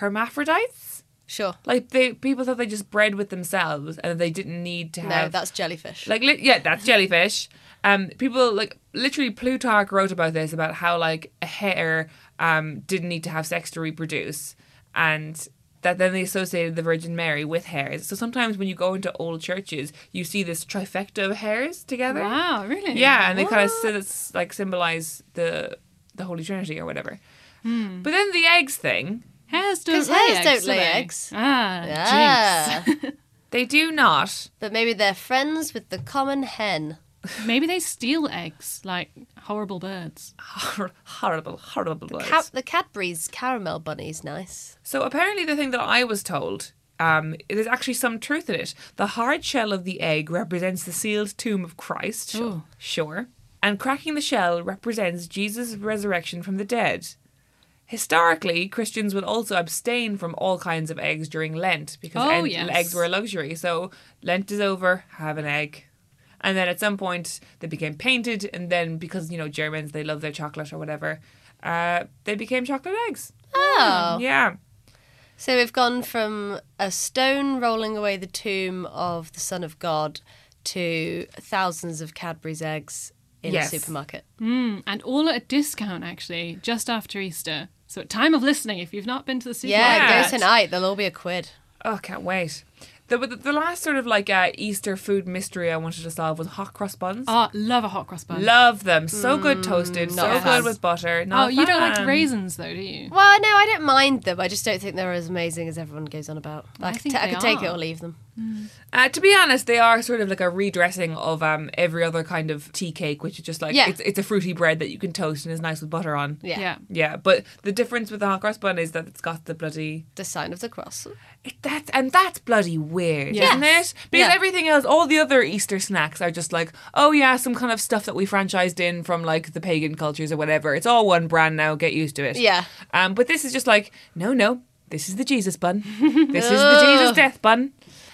C: hermaphrodites.
B: Sure.
C: Like they, people thought they just bred with themselves and they didn't need to
B: No,
C: have.
B: that's jellyfish.
C: like li- yeah, that's jellyfish. Um, people like literally Plutarch wrote about this about how like a hare um didn't need to have sex to reproduce, and that then they associated the Virgin Mary with hares. So sometimes when you go into old churches, you see this trifecta of hares together.
A: Wow, really?
C: Yeah, and they kind of s- like symbolize the the Holy Trinity or whatever.
B: Hmm.
C: But then the eggs thing,
A: Hares don't
B: 'Cause
A: lay
B: hares
A: eggs.
B: don't
A: do
B: lay
A: they?
B: eggs.
A: Ah,
B: Ah.
A: jinx.
C: they do not.
B: But maybe they're friends with the common hen.
A: Maybe they steal eggs like horrible birds.
C: Hor- horrible, horrible words.
B: Ca- the Cadbury's caramel bunny's nice.
C: So apparently, the thing that I was told, um, there's actually some truth in it. The hard shell of the egg represents the sealed tomb of Christ. Sure. Sure. And cracking the shell represents Jesus' resurrection from the dead. Historically, Christians would also abstain from all kinds of eggs during Lent because
A: Oh,
C: en-
A: yes.
C: eggs were a luxury. So Lent is over, have an egg. And then at some point they became painted, and then because you know Germans they love their chocolate or whatever, uh, they became chocolate eggs.
B: Oh.
C: Yeah.
B: So we've gone from a stone rolling away the tomb of the Son of God to thousands of Cadbury's eggs in
C: Yes.
B: a supermarket.
A: Mm, and all at a discount, actually, just after Easter. So, at time of listening, if you've not been to the
B: Yeah,
A: supermarket,
B: go tonight. They'll all be a quid.
C: Oh, can't wait. The, the, the last sort of like uh, Easter food mystery I wanted to solve was hot cross buns.
A: Ah, love a hot cross bun.
C: Love them. So good toasted. So
B: not a fan.
C: good with butter. Not
A: oh,
C: a
A: you don't like
C: fan.
A: raisins though, do you?
B: Well, no, I don't mind them. I just don't think they're as amazing as everyone goes on about. I, could
A: think
B: ta- I
A: they
B: could take it
A: are.
B: or leave them.
C: Uh, to be honest, they are sort of like a redressing of um, every other kind of tea cake, which is just like
B: Yeah.
C: it's, it's a fruity bread that you can toast and is nice with butter on.
B: Yeah.
A: Yeah.
C: Yeah, but the difference with the hot cross bun is that it's got the bloody
B: The sign of the cross.
C: it, that's and that's bloody weird,
A: Yes.
C: isn't it? Because
B: Yeah.
C: everything else, all the other Easter snacks are just like, oh yeah, some kind of stuff that we franchised in from like the pagan cultures or whatever. It's all one brand now. Get used to it.
B: Yeah.
C: Um, but this is just like, no, no, this is the Jesus bun. this is the Jesus death bun.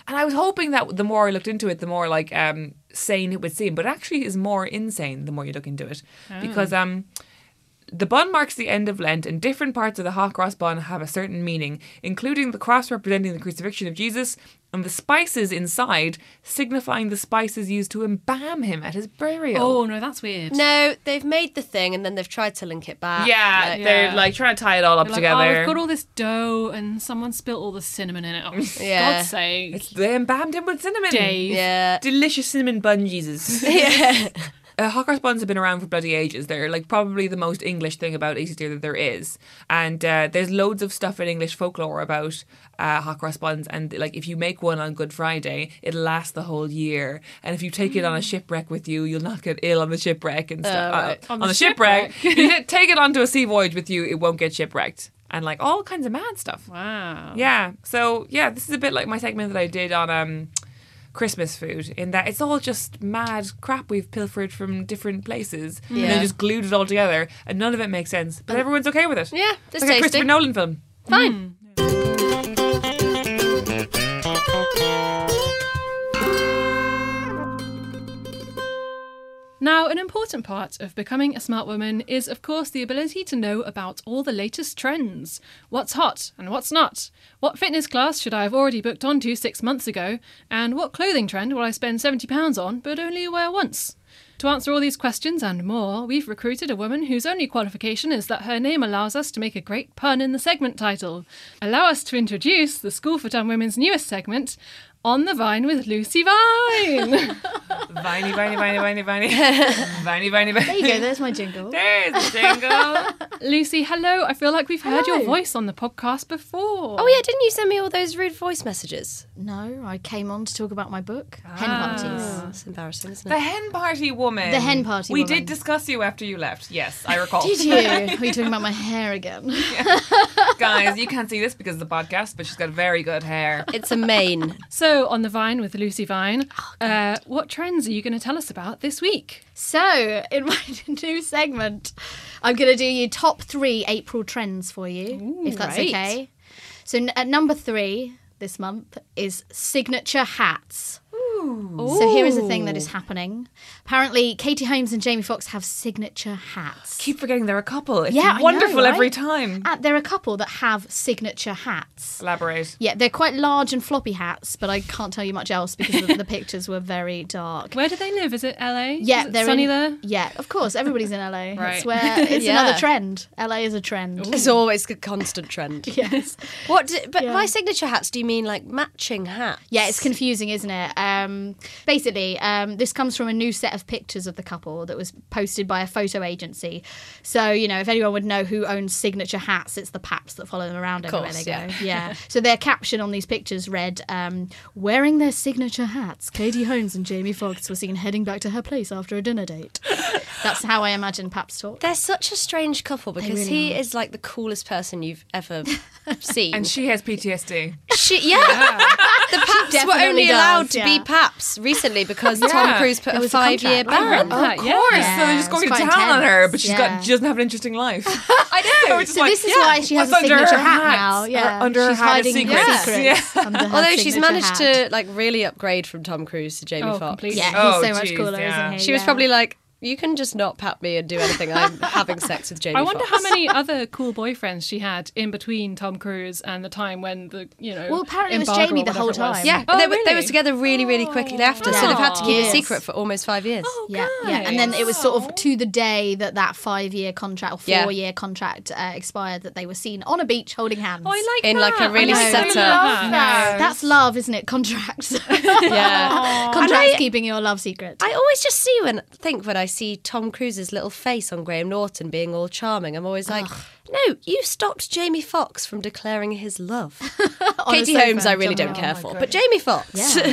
C: And I was hoping that the more I looked into it, the more like um, sane it would seem. But it actually, is more insane the more you look into it
B: Oh.
C: because um. The bun marks the end of Lent, and different parts of the hot cross bun have a certain meaning, including the cross representing the crucifixion of Jesus and the spices inside signifying the spices used to embalm him at his burial.
A: Oh no, that's weird.
B: No, they've made the thing and then they've tried to link it back.
C: yeah,
B: Like,
C: they're
A: Yeah.
C: like trying to tie it all up
A: They're like,
C: together.
A: oh, we've got all this dough, and someone spilt all the cinnamon in it. Oh, for
B: Yeah.
A: God's sake,
C: It's- they embalmed him with cinnamon.
A: Dave.
B: yeah.
C: Delicious cinnamon bun, Jesus.
B: yeah.
C: Uh, hot cross buns have been around for bloody ages. They're like probably the most English thing about Easter that there is, and uh, there's loads of stuff in English folklore about uh, hot cross buns. And like, if you make one on Good Friday, it'll last the whole year. And if you take it on a shipwreck with you, you'll not get ill on the shipwreck and stuff. Uh, on, the shipwreck, you ta- take it onto a sea voyage with you, it won't get shipwrecked. And like all kinds of mad stuff.
A: Wow.
C: Yeah. So yeah, this is a bit like my segment that I did on um Christmas food in that it's all just mad crap we've pilfered from different places and then
B: Yeah.
C: just glued it all together and none of it makes sense. But everyone's okay with it.
B: Yeah,
C: It's
B: it's
C: like a Christopher
B: tasty.
C: Nolan film.
B: Fine.
A: Now, an important part of becoming a smart woman is, of course, the ability to know about all the latest trends. What's hot and what's not? What fitness class should I have already booked onto six months ago? And what clothing trend will I spend £70 on but only wear once? To answer all these questions and more, we've recruited a woman whose only qualification is that her name allows us to make a great pun in the segment title. Allow us to introduce the School for Dumb Women's newest segment, On the Vine with Lucy Vine.
C: Viney, viney, viney, viney, viney. viney, viney, viney.
G: There you go. There's my jingle.
C: There's the jingle.
A: Lucy, hello. I feel like we've heard your voice on the podcast before.
B: Oh, yeah, didn't you send me all those rude voice messages?
G: No, I came on to talk about my book, Hen
C: Ah.
G: Parties.
B: It's embarrassing, isn't it?
C: the hen party woman.
G: The hen party
C: We
G: woman.
C: did discuss you after you left. Yes, I recall.
G: Did you? Are you talking about my hair again?
C: Guys, you can't see this because of the podcast, but she's got very good hair.
B: It's a main.
A: So, on the Vine with Lucy Vine,
G: Oh,
A: uh, what trends are you going to tell us about this week?
G: So, in my new segment, I'm going to do you top three April trends for you, if that's
A: right.
G: okay. So, n- at number three this month is signature hats. So, here is a thing that is happening. Apparently, Katie Holmes and Jamie Foxx have signature hats.
C: Keep forgetting they're a couple. It's
G: Yeah, I know,
C: wonderful every
G: right?
C: time.
G: Uh, they're a couple that have signature hats.
C: Elaborate.
G: Yeah, they're quite large and floppy hats, but I can't tell you much else because the, the pictures were very dark.
A: Where do they live? Is it LA?
G: Yeah,
A: Is it
G: they're
A: sunny
G: in,
A: there.
G: Yeah, of course, everybody's in LA.
A: Right.
G: That's where it's
B: Yeah.
G: another trend. LA is a trend.
B: It's always a constant trend.
G: Yes.
B: What? Do, but by signature hats, do you mean like matching hats?
G: Yeah, it's confusing, isn't it? Um, basically, um, this comes from a new set of pictures of the couple that was posted by a photo agency. So, you know, if anyone would know who owns signature hats, it's the paps that follow them around everywhere
B: course,
G: they go. Yeah. so their caption on these pictures read, um, "Wearing their signature hats, Katie Holmes and Jamie Foxx were seen heading back to her place after a dinner date." That's how I imagine paps talk.
B: They're such a strange couple because he is like the coolest person you've ever seen.
C: And she has PTSD.
B: She, yeah. The Paps were
G: definitely
B: only
G: does,
B: allowed to be
G: yeah.
B: Paps recently because Tom
C: Yeah.
B: Cruise put
G: There
B: a
G: was a
B: five year
G: contract. I
B: ban.
G: read
A: Ah,
G: that.
C: Oh, Of
A: yeah.
C: course.
G: Yeah,
C: so they're just
G: it's
C: going to
G: quite
C: town on her,
G: intense,
C: but she's
G: yeah.
C: got she doesn't have an interesting life. I know.
G: So this is why she has a signature hat, now. Yeah,
C: Uh, under
G: she's
C: her hat
G: hiding
C: is
G: her
C: secrets.
G: secrets under her
B: Although she's
G: signature
B: managed
G: hat.
B: to like really upgrade from Tom Cruise to Jamie
A: Oh,
B: Foxx.
A: completely.
G: Yeah, he's
C: Oh,
G: so much
C: jeez,
G: cooler,
C: yeah.
G: isn't he?
B: She was
G: Yeah.
B: probably like, you can just not pat me and do anything. I'm having sex with Jamie.
A: I wonder how
B: Foxx.
A: many other cool boyfriends she had in between Tom Cruise and the time when the you know.
G: Well, apparently it was
A: embargo or
G: Jamie the whole
A: whatever it was.
G: time.
B: Yeah,
A: Oh,
B: they, were, they were
A: really?
B: together really, really quickly after, so they've had to keep
G: Oh. Yes.
B: it secret for almost five years.
G: Yeah, yeah, and then it was sort of to the day that that five-year contract or
B: Yeah.
G: four-year contract uh, expired that they were seen on a beach holding hands.
A: Oh, I like
B: In,
A: that.
B: like, a really
A: I
G: set
A: really
G: up-
A: love that.
G: That's love, isn't it? Contracts, Oh.
B: Yeah.
G: contracts keeping your love secret.
B: I always just see when think when I see Tom Cruise's little face on Graham Norton being all charming, I'm always like, no, you stopped Jamie Foxx from declaring his love.
G: a
B: Katie
G: sofa,
B: Holmes, I really don't
G: jumping on.
B: care
G: Oh my
B: for, but Jamie Foxx.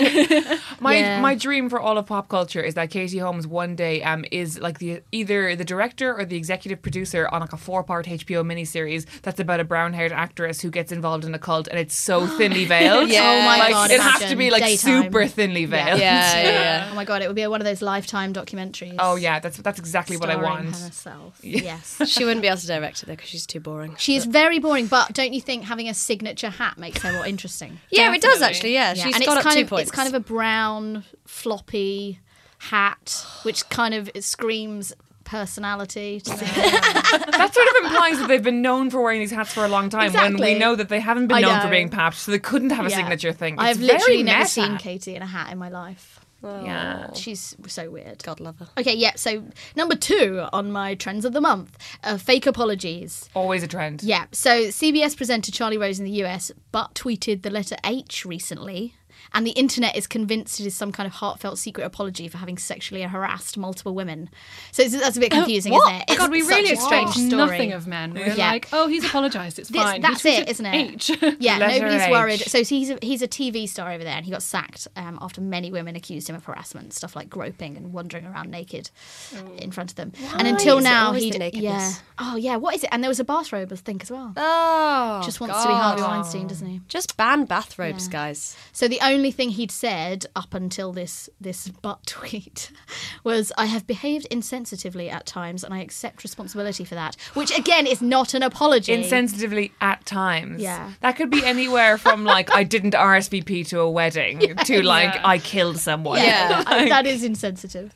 C: My
G: Yeah.
C: my dream for all of pop culture is that Katie Holmes one day um is like the either the director or the executive producer on like a four part HBO miniseries that's about a brown haired actress who gets involved in a cult and it's so thinly veiled.
B: Yeah.
G: Oh my
C: like
G: god!
C: it has to
G: imagine.
C: be like
G: Daytime.
C: super thinly
G: Yeah.
C: veiled.
B: yeah, yeah, yeah.
G: Oh my god! It would be one of those lifetime documentaries.
C: Oh yeah, that's that's exactly what I
G: starring
C: want.
G: Herself. Yes.
B: She wouldn't be able to direct it though because she's too boring.
G: She is very boring, but don't you think having a signature hat makes her more interesting?
B: Yeah, it does actually. Yeah, Uh, she's
G: and
B: got
G: it's
B: up
G: kind
B: two
G: of,
B: points.
G: It's kind of a brown, floppy hat, which kind of screams personality to me.
C: That sort of implies that they've been known for wearing these hats for a long time when
G: Exactly.
C: we know that they haven't been
G: I
C: known for
G: know.
C: being papped, so they couldn't have a
G: Yeah.
C: signature thing. It's
G: I've
C: very
G: literally never
C: meta. Oh.
G: seen Katie in a hat in my life.
C: Yeah.
G: She's so weird.
B: God love her.
G: Okay, yeah. So number two on my trends of the month: uh, fake apologies.
C: Always a trend.
G: Yeah. So CBS presenter Charlie Rose in the US but tweeted the letter H recently. And the internet is convinced it is some kind of heartfelt secret apology for having sexually harassed multiple women. So it's, that's a bit confusing, isn't it? It's
A: Oh, God, we
G: such
A: really
G: a strange
A: expect
G: story.
A: nothing of men. We're
G: Yeah.
A: like, oh, he's apologized. It's
G: This-
A: fine. He
G: that's it,
A: tweeted
G: isn't it?
A: H.
G: Yeah,
C: Letter
G: nobody's
C: H.
G: worried. So he's a, he's a TV star over there, and he got sacked um, after many women accused him of harassment, stuff like groping and wandering around naked in front of them. And until
B: Oh. Is it
G: now,
B: always
G: he
B: the
G: yeah.
B: nakedness?
G: Oh yeah, what is it? And there was a bathrobe thing as well.
B: Oh,
G: Just wants to be Harvey Weinstein, doesn't he?
B: just ban bathrobes, guys.
G: So the only thing he'd said up until this this butt tweet was, "I have behaved insensitively at times, and I accept responsibility for that." Which again is not an apology.
C: insensitively at times.
G: Yeah.
C: That could be anywhere from like I didn't RSVP to a wedding to like I killed someone.
B: Yeah.
G: I- that is insensitive.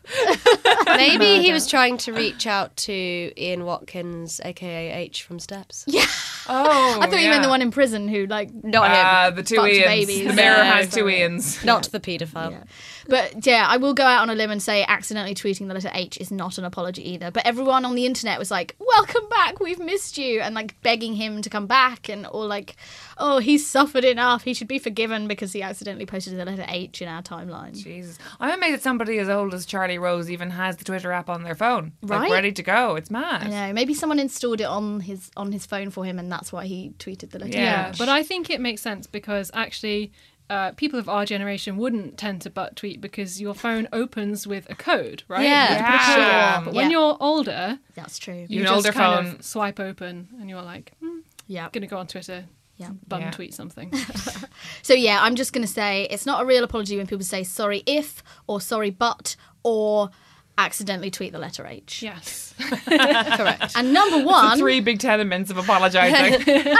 B: Maybe he was trying to reach out to Ian Watkins, aka H from Steps. Yeah,
C: Oh.
G: I thought you
C: yeah.
G: meant the one in prison who like
B: not him,
C: Uh, the two
G: Bunch of
C: Ians.
G: babies.
C: The mirror
G: Yeah.
C: has two Ians.
B: not the paedophile.
G: But yeah, I will go out on a limb and say accidentally tweeting the letter H is not an apology either. But everyone on the internet was like, "Welcome back, we've missed you," and like begging him to come back, and all like, "Oh, he's suffered enough. He should be forgiven because he accidentally posted the letter H in our timeline."
C: Jesus. I'm amazed that somebody as old as Charlie Rose even has the Twitter app on their phone.
G: Right?
C: Like ready to go. It's mad.
G: I know. Maybe someone installed it on his on his phone for him, and that's why he tweeted the letter.
C: Yeah.
G: H.
A: But I think it makes sense because actually, uh, people of our generation wouldn't tend to butt tweet because your phone opens with a code, right?
B: Yeah.
A: You have to put a code
C: Yeah.
A: in. But when
G: Yeah.
A: you're older,
G: that's true.
A: you
C: An
A: just
C: older
A: kind
C: phone.
A: of swipe open and you're like, hmm,
G: Yeah.
A: gonna go on Twitter,
G: Yeah.
A: bum
C: Yeah.
A: tweet something.
G: So yeah, I'm just gonna say it's not a real apology when people say sorry if or sorry but or accidentally tweet the letter H.
A: yes.
G: Correct. And number one,
C: Three big tenements of apologising.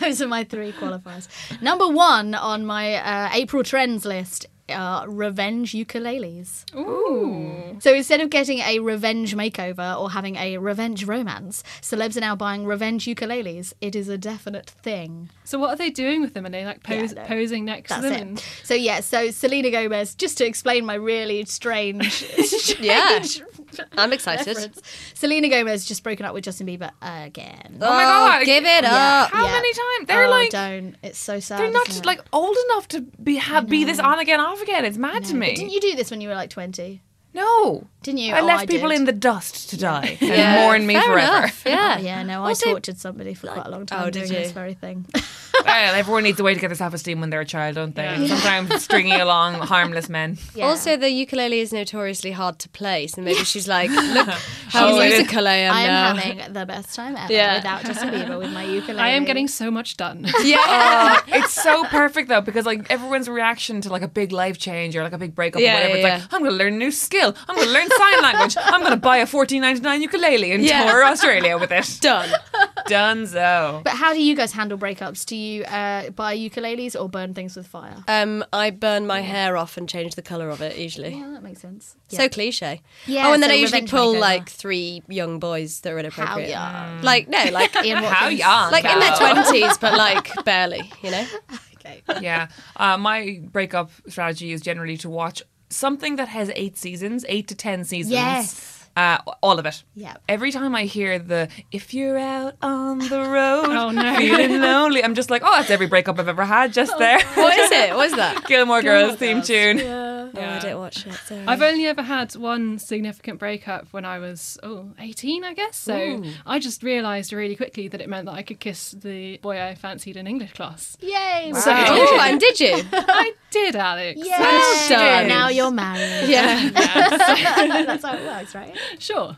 G: those are my three qualifiers. Number one on my uh, April trends list are revenge ukuleles. Ooh. So instead of getting a revenge makeover or having a revenge romance, celebs are now buying revenge ukuleles. It is a definite thing.
A: So what are they doing with them? Are they like pose,
G: no.
A: posing next
G: That's
A: to them?
G: it. So yeah, so Selena Gomez, just to explain my really strange, strange
B: Yeah. I'm excited.
G: reference. Selena Gomez just broken up with Justin Bieber again.
C: Oh my God.
B: give it up!
C: How
G: Yeah.
C: many times? They're
G: Oh,
C: like
G: don't. It's so sad.
C: they're not
G: isn't it?
C: like old enough to be ha- be this on again off again. It's mad to me.
G: Didn't you do this when you were like twenty?
C: No.
G: Didn't you?
C: I
G: Oh,
C: left
G: I
C: people
G: did.
C: in the dust to die and
B: Yeah.
C: mourn me
B: Fair
C: forever.
B: enough, Yeah.
G: Oh, yeah, no, I
B: Also-
G: tortured somebody for quite a long time
B: Oh, did
G: doing
B: you?
G: this very thing.
C: well, everyone needs a way to get their self esteem when they're a child, don't they? Sometimes stringing along harmless men.
G: Yeah.
B: Also, the ukulele is notoriously hard to play, so maybe she's like, look how
C: She's like,
B: musical I am
G: I
B: now.
G: am having the best time ever
B: Yeah.
G: without Justin Bieber with my ukulele.
A: I am getting so much done.
B: yeah.
C: Uh, it's so perfect though because like everyone's reaction to like a big life change or like a big breakup
B: Yeah,
C: or whatever,
B: yeah,
C: it's like I'm gonna learn a new skill, I'm gonna learn sign language, I'm gonna buy a 14.99 ukulele and
B: Yeah.
C: tour Australia with it.
B: Done.
C: Dunzo.
G: But how do you guys handle breakups? Do you uh, buy ukuleles or burn things with fire?
B: Um, I burn my hair off and change the colour of it usually.
G: Yeah, that makes sense.
B: So cliche.
G: Yeah,
B: oh, and then
G: so
B: I usually
G: revenge
B: pull
G: makeover.
B: like three young boys that are inappropriate. Mm.
G: young?
B: Like no, like
G: Ian
C: How
G: Watkins.
C: young?
B: like in their
C: Val?
B: twenties, but like barely. You know.
G: Okay.
C: yeah. Uh, my breakup strategy is generally to watch something that has eight seasons, eight to ten seasons.
G: Yes.
C: Uh, all of it.
G: Yep.
C: Every time I hear the "If you're out on the road,
A: Oh, no.
C: feeling lonely," I'm just like, "Oh, that's every breakup I've ever had." Just there.
B: Oh, What is it? What is that?
C: Gilmore Girls theme tune.
B: Oh, I didn't watch it. Sorry.
A: I've only ever had one significant breakup when I was oh 18, I guess. So I just realised really quickly that it meant that I could kiss the boy I fancied in English class.
G: Yay!
C: Wow.
G: So,
C: Wow.
B: Oh, and did you?
A: I did, Alex.
G: yay!
B: Well done.
G: Now you're married.
B: Yeah.
G: That's how it works, right?
A: Sure.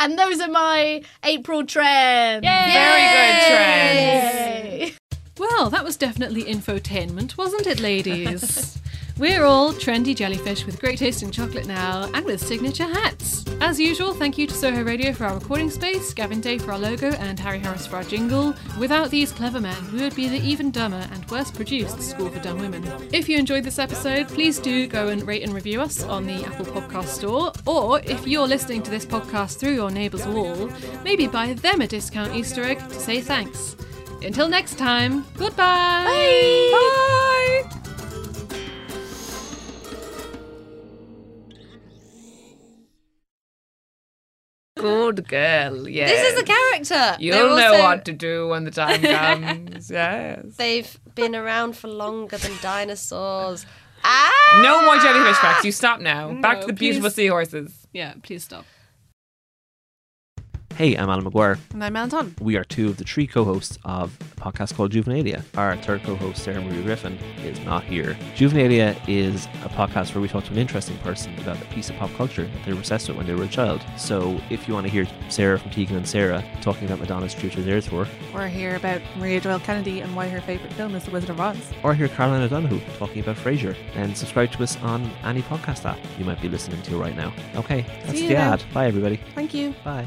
G: And those are my April trends.
C: Very good trend.
G: Yay.
A: Well, that was definitely infotainment, wasn't it, ladies? We're all trendy jellyfish with great taste in chocolate now and with signature hats. As usual, thank you to Soho Radio for our recording space, Gavin Day for our logo, and Harry Harris for our jingle. Without these clever men, we would be the even dumber and worse produced School for Dumb Women. If you enjoyed this episode, please do go and rate and review us on the Apple Podcast Store, or if you're listening to this podcast through your neighbour's wall, maybe buy them a discount Easter egg to say thanks. Until next time, goodbye. Bye.
C: Good girl. Yeah.
B: This is the character.
C: You'll
B: They're
C: know
B: also-
C: what to do when the time comes. yes.
B: They've been around for longer than dinosaurs. Ah!
C: No more jellyfish facts. You stop now. Back to
A: No,
C: the beautiful
A: please.
C: seahorses.
A: Yeah, please stop.
H: Hey, I'm Alan McGuire.
I: And I'm Alan Tom.
H: We are two of the three co-hosts of a podcast called Juvenalia. Our third co-host, Sarah Marie Griffin, is not here. Juvenalia is a podcast where we talk to an interesting person about a piece of pop culture that they were obsessed with when they were a child. So if you want to hear Sarah from Tegan and Sarah talking about Madonna's Future There Tour,
I: We're here about Maria Doyle Kennedy and why her favourite film is The Wizard of Oz.
H: or hear Caroline O'Donoghue talking about Frasier, then subscribe to us on any podcast app you might be listening to right now. Okay, that's
I: See you
H: the
I: then.
H: ad. Bye, everybody.
I: Thank you.
H: Bye.